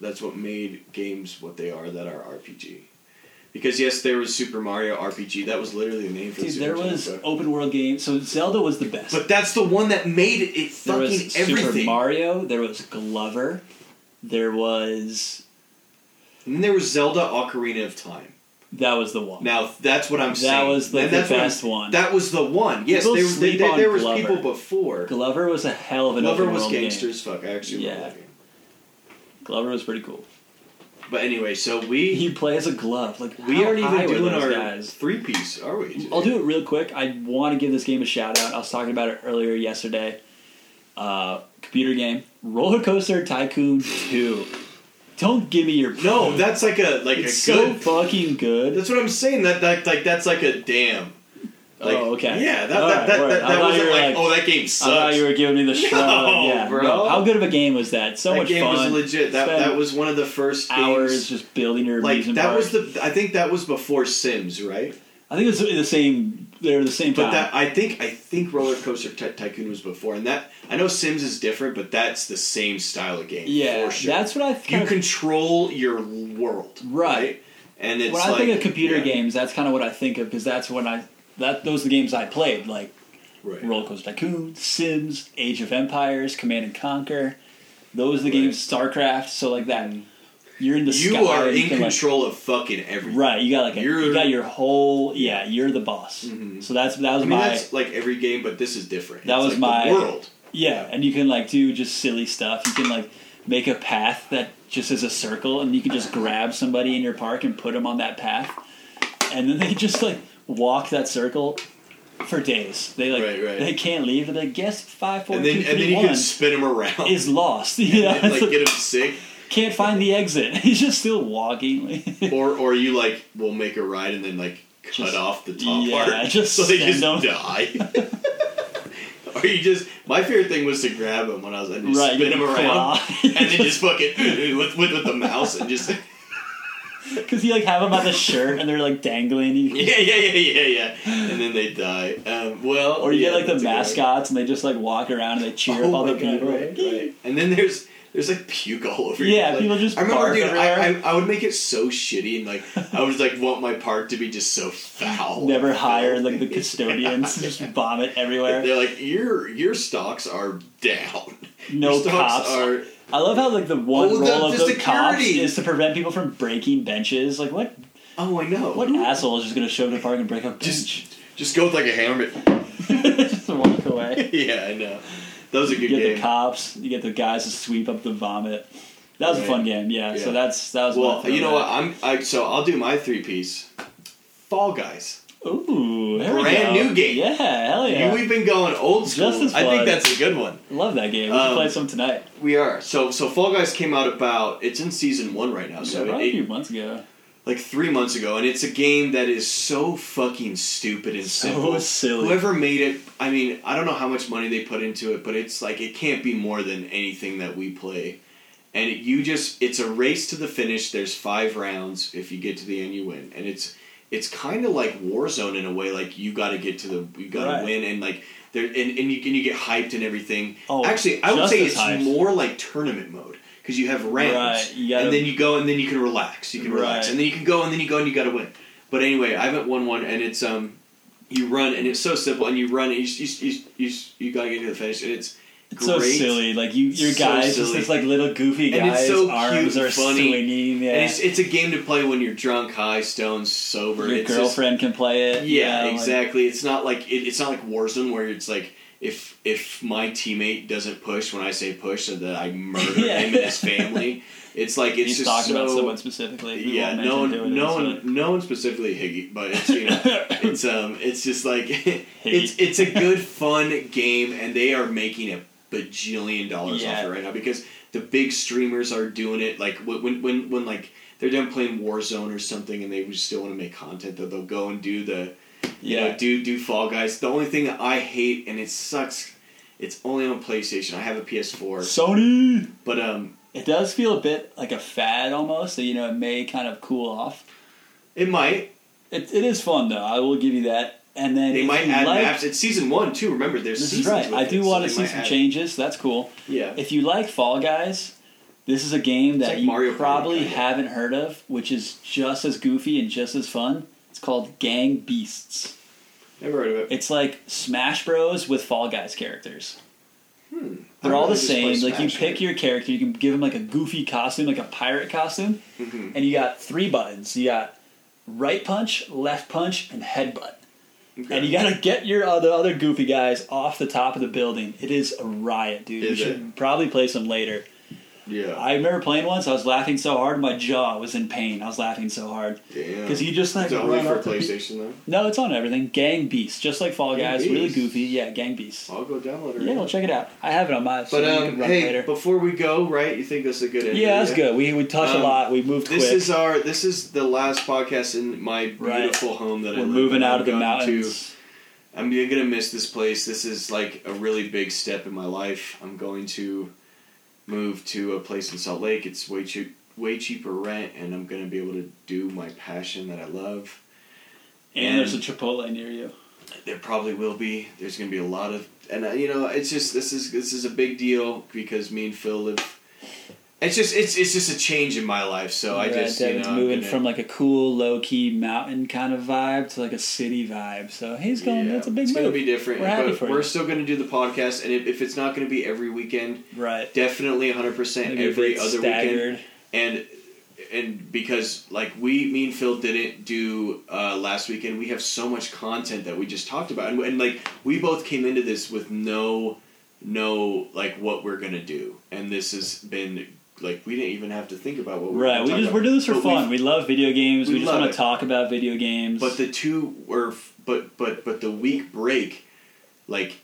Speaker 1: That's what made games what they are that are RPG. Because yes, there was Super Mario RPG. That was literally the name for the
Speaker 2: Dude,
Speaker 1: Super
Speaker 2: there
Speaker 1: Nintendo,
Speaker 2: was
Speaker 1: but-
Speaker 2: open world games. So Zelda was the best.
Speaker 1: But that's the one that made it. It
Speaker 2: there
Speaker 1: fucking
Speaker 2: was
Speaker 1: everything.
Speaker 2: Super Mario. There was Glover. There was
Speaker 1: and then there was Zelda: Ocarina of Time.
Speaker 2: that was the one.
Speaker 1: Now that's what I'm
Speaker 2: That
Speaker 1: saying.
Speaker 2: was, like,
Speaker 1: And
Speaker 2: the
Speaker 1: that's what I'm-
Speaker 2: best one.
Speaker 1: That was the one. Yes,
Speaker 2: People
Speaker 1: there,
Speaker 2: sleep
Speaker 1: there-
Speaker 2: on
Speaker 1: there was
Speaker 2: Glover.
Speaker 1: people before.
Speaker 2: Glover was a hell of an
Speaker 1: Glover
Speaker 2: open
Speaker 1: was
Speaker 2: world
Speaker 1: gangster
Speaker 2: game.
Speaker 1: as fuck. I actually love
Speaker 2: Yeah.
Speaker 1: that game.
Speaker 2: Glover was pretty cool.
Speaker 1: But anyway, so we
Speaker 2: He plays a glove. Like
Speaker 1: We
Speaker 2: how
Speaker 1: aren't
Speaker 2: high
Speaker 1: even
Speaker 2: were
Speaker 1: doing
Speaker 2: those
Speaker 1: our
Speaker 2: guys.
Speaker 1: three piece, are we? today?
Speaker 2: I'll do it real quick. I want to give this game a shout out. I was talking about it earlier yesterday. Uh, computer game, Roller Coaster Tycoon Two. Don't give me your
Speaker 1: No, that's like a like
Speaker 2: It's
Speaker 1: a
Speaker 2: so
Speaker 1: good.
Speaker 2: fucking good.
Speaker 1: That's what I'm saying. That that like that's like a damn. Like,
Speaker 2: oh, okay.
Speaker 1: Yeah, that
Speaker 2: All
Speaker 1: that,
Speaker 2: right,
Speaker 1: that,
Speaker 2: word.
Speaker 1: that,
Speaker 2: I
Speaker 1: that
Speaker 2: thought you
Speaker 1: wasn't
Speaker 2: were
Speaker 1: like,
Speaker 2: like-
Speaker 1: oh that game
Speaker 2: I thought
Speaker 1: sucks.
Speaker 2: you were giving me the shrug.
Speaker 1: No,
Speaker 2: yeah,
Speaker 1: bro.
Speaker 2: no. How good of a game was that? So
Speaker 1: that
Speaker 2: much
Speaker 1: game
Speaker 2: fun.
Speaker 1: was legit. That
Speaker 2: Spend
Speaker 1: that was one of the first games-
Speaker 2: hours just building your
Speaker 1: Like
Speaker 2: amusement
Speaker 1: that
Speaker 2: park.
Speaker 1: was the. I think that was before Sims, right?
Speaker 2: I think it was the same. They're the same
Speaker 1: But
Speaker 2: time.
Speaker 1: that I think I think Roller Coaster Ty- Tycoon was before, and that I know Sims is different, but that's the same style of game.
Speaker 2: yeah,
Speaker 1: for sure.
Speaker 2: that's what I think.
Speaker 1: you control your world,
Speaker 2: Right.
Speaker 1: And it's
Speaker 2: when I
Speaker 1: like,
Speaker 2: think of computer
Speaker 1: yeah,
Speaker 2: games, that's kind of what I think of because that's when I that those are the games I played like
Speaker 1: right.
Speaker 2: Roller Coaster Tycoon, Sims, Age of Empires, Command and Conquer. Those are the
Speaker 1: Right. Mm.
Speaker 2: games StarCraft. So like that, you're in the
Speaker 1: You
Speaker 2: sky.
Speaker 1: are
Speaker 2: and
Speaker 1: in
Speaker 2: you can, like,
Speaker 1: control of fucking everything.
Speaker 2: Right, you got like a, you
Speaker 1: You're- Mm-hmm.
Speaker 2: got your whole yeah, you're the boss. So that's that was
Speaker 1: I mean,
Speaker 2: my
Speaker 1: that's like every game, but this is different.
Speaker 2: That
Speaker 1: It's
Speaker 2: was
Speaker 1: like
Speaker 2: my-
Speaker 1: the world.
Speaker 2: yeah, and you can like do just silly stuff. You can like make a path that just is a circle, and you can just grab somebody in your park and put them on that path, and then they just like walk that circle for days. They like
Speaker 1: Right, right.
Speaker 2: they can't leave. They're like, guess five, four,
Speaker 1: And then
Speaker 2: two,
Speaker 1: and then
Speaker 2: three,
Speaker 1: you
Speaker 2: one
Speaker 1: can spin them around.
Speaker 2: is lost. Yeah,
Speaker 1: and, like get them sick,
Speaker 2: can't find the exit. He's just still walking.
Speaker 1: or or you like will make a ride and then like cut
Speaker 2: Just-
Speaker 1: off the top
Speaker 2: yeah,
Speaker 1: part,
Speaker 2: just
Speaker 1: so they
Speaker 2: send
Speaker 1: just
Speaker 2: 'em.
Speaker 1: die. or you just my favorite thing was to grab them when I was like, just
Speaker 2: Right,
Speaker 1: spin
Speaker 2: you
Speaker 1: them around,
Speaker 2: claw.
Speaker 1: and then just fucking with, with with the mouse and just
Speaker 2: Because you like have them by the shirt, and they're like dangling. You
Speaker 1: yeah yeah yeah yeah yeah, and then they die. Um, well,
Speaker 2: Or you
Speaker 1: yeah,
Speaker 2: get like the
Speaker 1: that's a good idea.
Speaker 2: mascots and they just like walk around and they cheer
Speaker 1: Oh
Speaker 2: up all
Speaker 1: my
Speaker 2: the
Speaker 1: God,
Speaker 2: people.
Speaker 1: right, right. And then there's there's like puke all over.
Speaker 2: Yeah,
Speaker 1: you. Like,
Speaker 2: people just
Speaker 1: I remember,
Speaker 2: barf
Speaker 1: dude. I,
Speaker 2: everywhere.
Speaker 1: I I would make it so shitty, and like I would like want my park to be just so foul.
Speaker 2: Never
Speaker 1: and
Speaker 2: hire like the
Speaker 1: filthy.
Speaker 2: custodians, just vomit
Speaker 1: Yeah.
Speaker 2: everywhere.
Speaker 1: They're like your your stocks are down.
Speaker 2: No
Speaker 1: your stocks
Speaker 2: cops.
Speaker 1: are.
Speaker 2: I love how like the one
Speaker 1: Oh, the-
Speaker 2: role
Speaker 1: the
Speaker 2: of the cops
Speaker 1: security.
Speaker 2: is to prevent people from breaking benches. Like what
Speaker 1: Oh, I know.
Speaker 2: what asshole is just gonna show up to park and break a bench?
Speaker 1: Just just go with like a hammer. but-
Speaker 2: Just walk away.
Speaker 1: yeah, I know. That was a
Speaker 2: You
Speaker 1: good
Speaker 2: get
Speaker 1: game.
Speaker 2: the cops, you get the guys to sweep up the vomit. That was
Speaker 1: Right.
Speaker 2: a fun game, yeah.
Speaker 1: Yeah.
Speaker 2: So that's that was
Speaker 1: well,
Speaker 2: my
Speaker 1: you know what?
Speaker 2: throwback.
Speaker 1: I'm I, so I'll do my three piece. Fall Guys.
Speaker 2: Ooh, there we
Speaker 1: Brand
Speaker 2: go.
Speaker 1: new game.
Speaker 2: Yeah, hell
Speaker 1: You-
Speaker 2: yeah.
Speaker 1: We've been going old school.
Speaker 2: Just as
Speaker 1: I think
Speaker 2: fun.
Speaker 1: that's a good one.
Speaker 2: Love that game. We should
Speaker 1: Um,
Speaker 2: play some tonight.
Speaker 1: We are. So so Fall Guys came out about it's in season one right now, so
Speaker 2: Probably a
Speaker 1: it,
Speaker 2: few months ago.
Speaker 1: like three months ago, and it's a game that is so fucking stupid and
Speaker 2: So
Speaker 1: simple.
Speaker 2: silly.
Speaker 1: Whoever made it, I mean, I don't know how much money they put into it, but it's like it can't be more than anything that we play. And it, you just it's a race to the finish. There's five rounds. If you get to the end, you win. And it's it's kind of like Warzone in a way. Like you got to get to the you got to
Speaker 2: Right.
Speaker 1: win, and like there and, and you can you get hyped and everything.
Speaker 2: Oh,
Speaker 1: Actually, I would
Speaker 2: just
Speaker 1: say
Speaker 2: as
Speaker 1: it's
Speaker 2: hyped.
Speaker 1: more like tournament mode because you have rounds,
Speaker 2: Right, you gotta-
Speaker 1: and then you go and then you can relax. You can relax,
Speaker 2: Right.
Speaker 1: and then you can go and then you go and you got to win. But anyway, I haven't won one, and it's um, you run, and it's so simple, and you run, and you s- you s- you s- you, s- you gotta get to the finish, and it's
Speaker 2: It's so
Speaker 1: great.
Speaker 2: silly. Like you, your
Speaker 1: So
Speaker 2: guys, just
Speaker 1: silly.
Speaker 2: this like little goofy
Speaker 1: And it's
Speaker 2: guys,
Speaker 1: so
Speaker 2: arms
Speaker 1: cute and
Speaker 2: are
Speaker 1: funny.
Speaker 2: swinging. Yeah,
Speaker 1: And it's it's a game to play when you're drunk, high, stoned, sober.
Speaker 2: your
Speaker 1: it's just-
Speaker 2: girlfriend can play it.
Speaker 1: yeah,
Speaker 2: you know, like-
Speaker 1: exactly. it's not like it, it's not like Warzone where it's like if if my teammate doesn't push when I say push, so that I murder
Speaker 2: Yeah.
Speaker 1: him and his family. It's like it's
Speaker 2: he's
Speaker 1: just
Speaker 2: talking
Speaker 1: so,
Speaker 2: about someone specifically. We
Speaker 1: yeah,
Speaker 2: won't
Speaker 1: no
Speaker 2: mention who it
Speaker 1: one,
Speaker 2: is,
Speaker 1: no one,
Speaker 2: but-
Speaker 1: no one specifically Higgy, but it's you know, it's um, it's just like it's
Speaker 2: Higgy.
Speaker 1: it's a good fun game, and they are making a bajillion dollars
Speaker 2: Yeah.
Speaker 1: off it right now because the big streamers are doing it. Like when when when, when like they're done playing Warzone or something, and they still want to make content, though they'll go and do the you know,
Speaker 2: Yeah,
Speaker 1: do do Fall Guys. The only thing that I hate, and it sucks, it's only on PlayStation. I have a PS4,
Speaker 2: Sony.
Speaker 1: but um,
Speaker 2: It does feel a bit like a fad almost. So you know, it may kind of cool off.
Speaker 1: it might.
Speaker 2: It, it is fun though. I will give you that. And then
Speaker 1: They
Speaker 2: if
Speaker 1: might
Speaker 2: you
Speaker 1: add
Speaker 2: like,
Speaker 1: maps. It's season one too. Remember, there's
Speaker 2: This is
Speaker 1: seasons
Speaker 2: right.
Speaker 1: with
Speaker 2: I
Speaker 1: it,
Speaker 2: do
Speaker 1: so
Speaker 2: want
Speaker 1: they
Speaker 2: to see
Speaker 1: might
Speaker 2: some
Speaker 1: add-
Speaker 2: changes. That's cool.
Speaker 1: Yeah,
Speaker 2: If you like Fall Guys, this is a game that
Speaker 1: like
Speaker 2: you
Speaker 1: Mario Party,
Speaker 2: probably
Speaker 1: kinda.
Speaker 2: haven't heard of, which is just as goofy and just as fun. It's called Gang Beasts.
Speaker 1: never heard of it.
Speaker 2: It's like Smash Bros with Fall Guys characters. They're
Speaker 1: I'd
Speaker 2: all
Speaker 1: rather
Speaker 2: the
Speaker 1: just play
Speaker 2: same. Like you
Speaker 1: Smash
Speaker 2: pick
Speaker 1: Bros.
Speaker 2: your character, you can give them like a goofy costume, like a pirate costume,
Speaker 1: Mhm.
Speaker 2: and you got three buttons. You got right punch, left punch, and headbutt.
Speaker 1: Okay.
Speaker 2: And you gotta get your other other goofy guys off the top of the building. It is a riot, dude. you
Speaker 1: Is
Speaker 2: should probably play some later.
Speaker 1: yeah,
Speaker 2: I remember playing once. I was laughing so hard, my jaw was in pain. I was laughing so hard
Speaker 1: damn.
Speaker 2: because you just like
Speaker 1: it's only
Speaker 2: run
Speaker 1: for
Speaker 2: up to pe-
Speaker 1: PlayStation though.
Speaker 2: No, it's on everything. Gang Beast, just like Fall
Speaker 1: Gang
Speaker 2: Guys, really
Speaker 1: Beast.
Speaker 2: goofy. Yeah, Gang Beast.
Speaker 1: I'll go download it.
Speaker 2: Yeah, well, check it out. I have it on my. so
Speaker 1: but
Speaker 2: you
Speaker 1: um,
Speaker 2: can run
Speaker 1: hey,
Speaker 2: it later.
Speaker 1: before we go, right? You think that's a good? End
Speaker 2: yeah, that's good. We we touch
Speaker 1: Um,
Speaker 2: a lot. We moved
Speaker 1: This
Speaker 2: quick.
Speaker 1: is our. This is the last podcast in my
Speaker 2: Right.
Speaker 1: beautiful home that I
Speaker 2: We're
Speaker 1: live
Speaker 2: moving
Speaker 1: in.
Speaker 2: out
Speaker 1: I'm
Speaker 2: of the
Speaker 1: going to-
Speaker 2: mountains.
Speaker 1: I'm gonna miss this place. This is like a really big step in my life. I'm going to move to a place in Salt Lake. It's way cheap, way cheaper rent, and I'm gonna be able to do my passion that I love.
Speaker 2: and there's a Chipotle near you.
Speaker 1: There probably will be. There's gonna be a lot of, and uh, you know, it's just this is this is a big deal because me and Phil live. It's just it's it's just a change in my life. So Oh, I
Speaker 2: Brad
Speaker 1: just uh, you
Speaker 2: Devin's
Speaker 1: know I'm
Speaker 2: moving
Speaker 1: gonna-
Speaker 2: from like a cool, low key mountain kind of vibe to like a city vibe. So he's going.
Speaker 1: Yeah,
Speaker 2: that's a big
Speaker 1: It's
Speaker 2: move.
Speaker 1: gonna be different.
Speaker 2: We're happy
Speaker 1: but
Speaker 2: for
Speaker 1: we're
Speaker 2: you.
Speaker 1: still gonna do the podcast, and if, if it's not gonna be every weekend.
Speaker 2: right.
Speaker 1: Definitely 100%
Speaker 2: Maybe a
Speaker 1: every
Speaker 2: bit
Speaker 1: other weekend.
Speaker 2: staggered.
Speaker 1: And and because like we me and Phil didn't do uh, last weekend, we have so much content that we just talked about and, and like we both came into this with no no like what we're going to do. And this has been like we didn't even have to think about what we we're
Speaker 2: Right.
Speaker 1: gonna
Speaker 2: We
Speaker 1: talk
Speaker 2: just
Speaker 1: about.
Speaker 2: we're doing this for
Speaker 1: But
Speaker 2: fun.
Speaker 1: we've-
Speaker 2: We love video games.
Speaker 1: we
Speaker 2: We, just
Speaker 1: love
Speaker 2: want
Speaker 1: it.
Speaker 2: to talk about video games.
Speaker 1: But the two were, f- but but but the week break, like,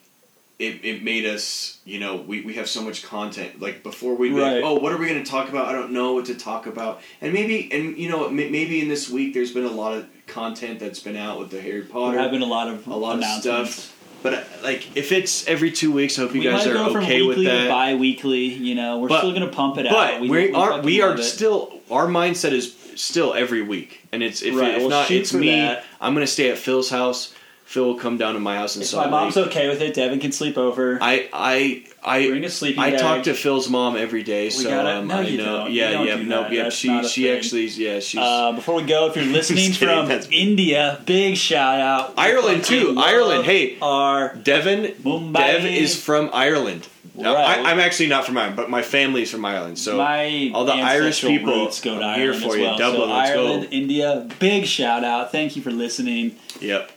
Speaker 1: it, it made us, you know, we, we have so much content. Like before we,
Speaker 2: Right.
Speaker 1: like, oh, what are we going to talk about? I don't know what to talk about. And maybe, and you know, may- maybe in this week there's been a lot of content that's been out with the Harry
Speaker 2: we're
Speaker 1: Potter.
Speaker 2: having a lot of
Speaker 1: a lot of
Speaker 2: announcements.
Speaker 1: stuff. But uh, like, if it's every two weeks, I hope you
Speaker 2: we
Speaker 1: guys
Speaker 2: might
Speaker 1: are
Speaker 2: go from
Speaker 1: okay
Speaker 2: weekly
Speaker 1: with that.
Speaker 2: to bi-weekly. You know, we're
Speaker 1: But-
Speaker 2: still gonna pump it
Speaker 1: but
Speaker 2: out.
Speaker 1: we, are
Speaker 2: fucking
Speaker 1: we are
Speaker 2: love it.
Speaker 1: still our mindset is still every week, and it's if,
Speaker 2: Right,
Speaker 1: if
Speaker 2: we'll
Speaker 1: not
Speaker 2: shoot
Speaker 1: it's
Speaker 2: for
Speaker 1: me.
Speaker 2: that.
Speaker 1: I'm gonna stay at Phil's house. Phil will come down to my house and
Speaker 2: If
Speaker 1: Salt
Speaker 2: my mom's
Speaker 1: Lake.
Speaker 2: okay with it, Devin can sleep over.
Speaker 1: I I
Speaker 2: Bring
Speaker 1: I
Speaker 2: a sleeping
Speaker 1: I
Speaker 2: bag.
Speaker 1: talk to Phil's mom every day, so
Speaker 2: gotta-
Speaker 1: um,
Speaker 2: no,
Speaker 1: I
Speaker 2: you
Speaker 1: know.
Speaker 2: don't. You
Speaker 1: Yeah,
Speaker 2: don't
Speaker 1: yeah,
Speaker 2: do
Speaker 1: nope,
Speaker 2: that.
Speaker 1: yep.
Speaker 2: That's
Speaker 1: She
Speaker 2: not a
Speaker 1: she
Speaker 2: thing.
Speaker 1: actually yeah she's
Speaker 2: Uh, before we go, if you're listening
Speaker 1: Just kidding,
Speaker 2: from
Speaker 1: that's-
Speaker 2: India, big shout out
Speaker 1: Ireland, too.
Speaker 2: Fucking love
Speaker 1: Ireland, hey.
Speaker 2: our
Speaker 1: Devin.
Speaker 2: Mumbai.
Speaker 1: Dev is from Ireland. Now,
Speaker 2: Right.
Speaker 1: I, I'm actually not from Ireland, but my family's from Ireland. So
Speaker 2: my
Speaker 1: all the Irish
Speaker 2: ancestral
Speaker 1: people,
Speaker 2: roots go to
Speaker 1: I'm here
Speaker 2: Ireland
Speaker 1: for
Speaker 2: as
Speaker 1: you.
Speaker 2: well.
Speaker 1: Dublin,
Speaker 2: so
Speaker 1: let's go.
Speaker 2: Ireland, India, big shout out. Thank you for listening.
Speaker 1: yep,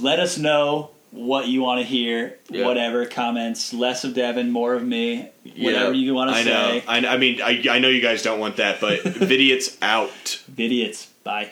Speaker 2: Let us know what you want to hear.
Speaker 1: Yeah.
Speaker 2: Whatever comments, less of Devin, more of me. Whatever
Speaker 1: Yeah,
Speaker 2: you want
Speaker 1: I
Speaker 2: to
Speaker 1: know.
Speaker 2: say.
Speaker 1: I, I mean, I, I know you guys don't want that, but Vidiot's out.
Speaker 2: Idiots. Bye.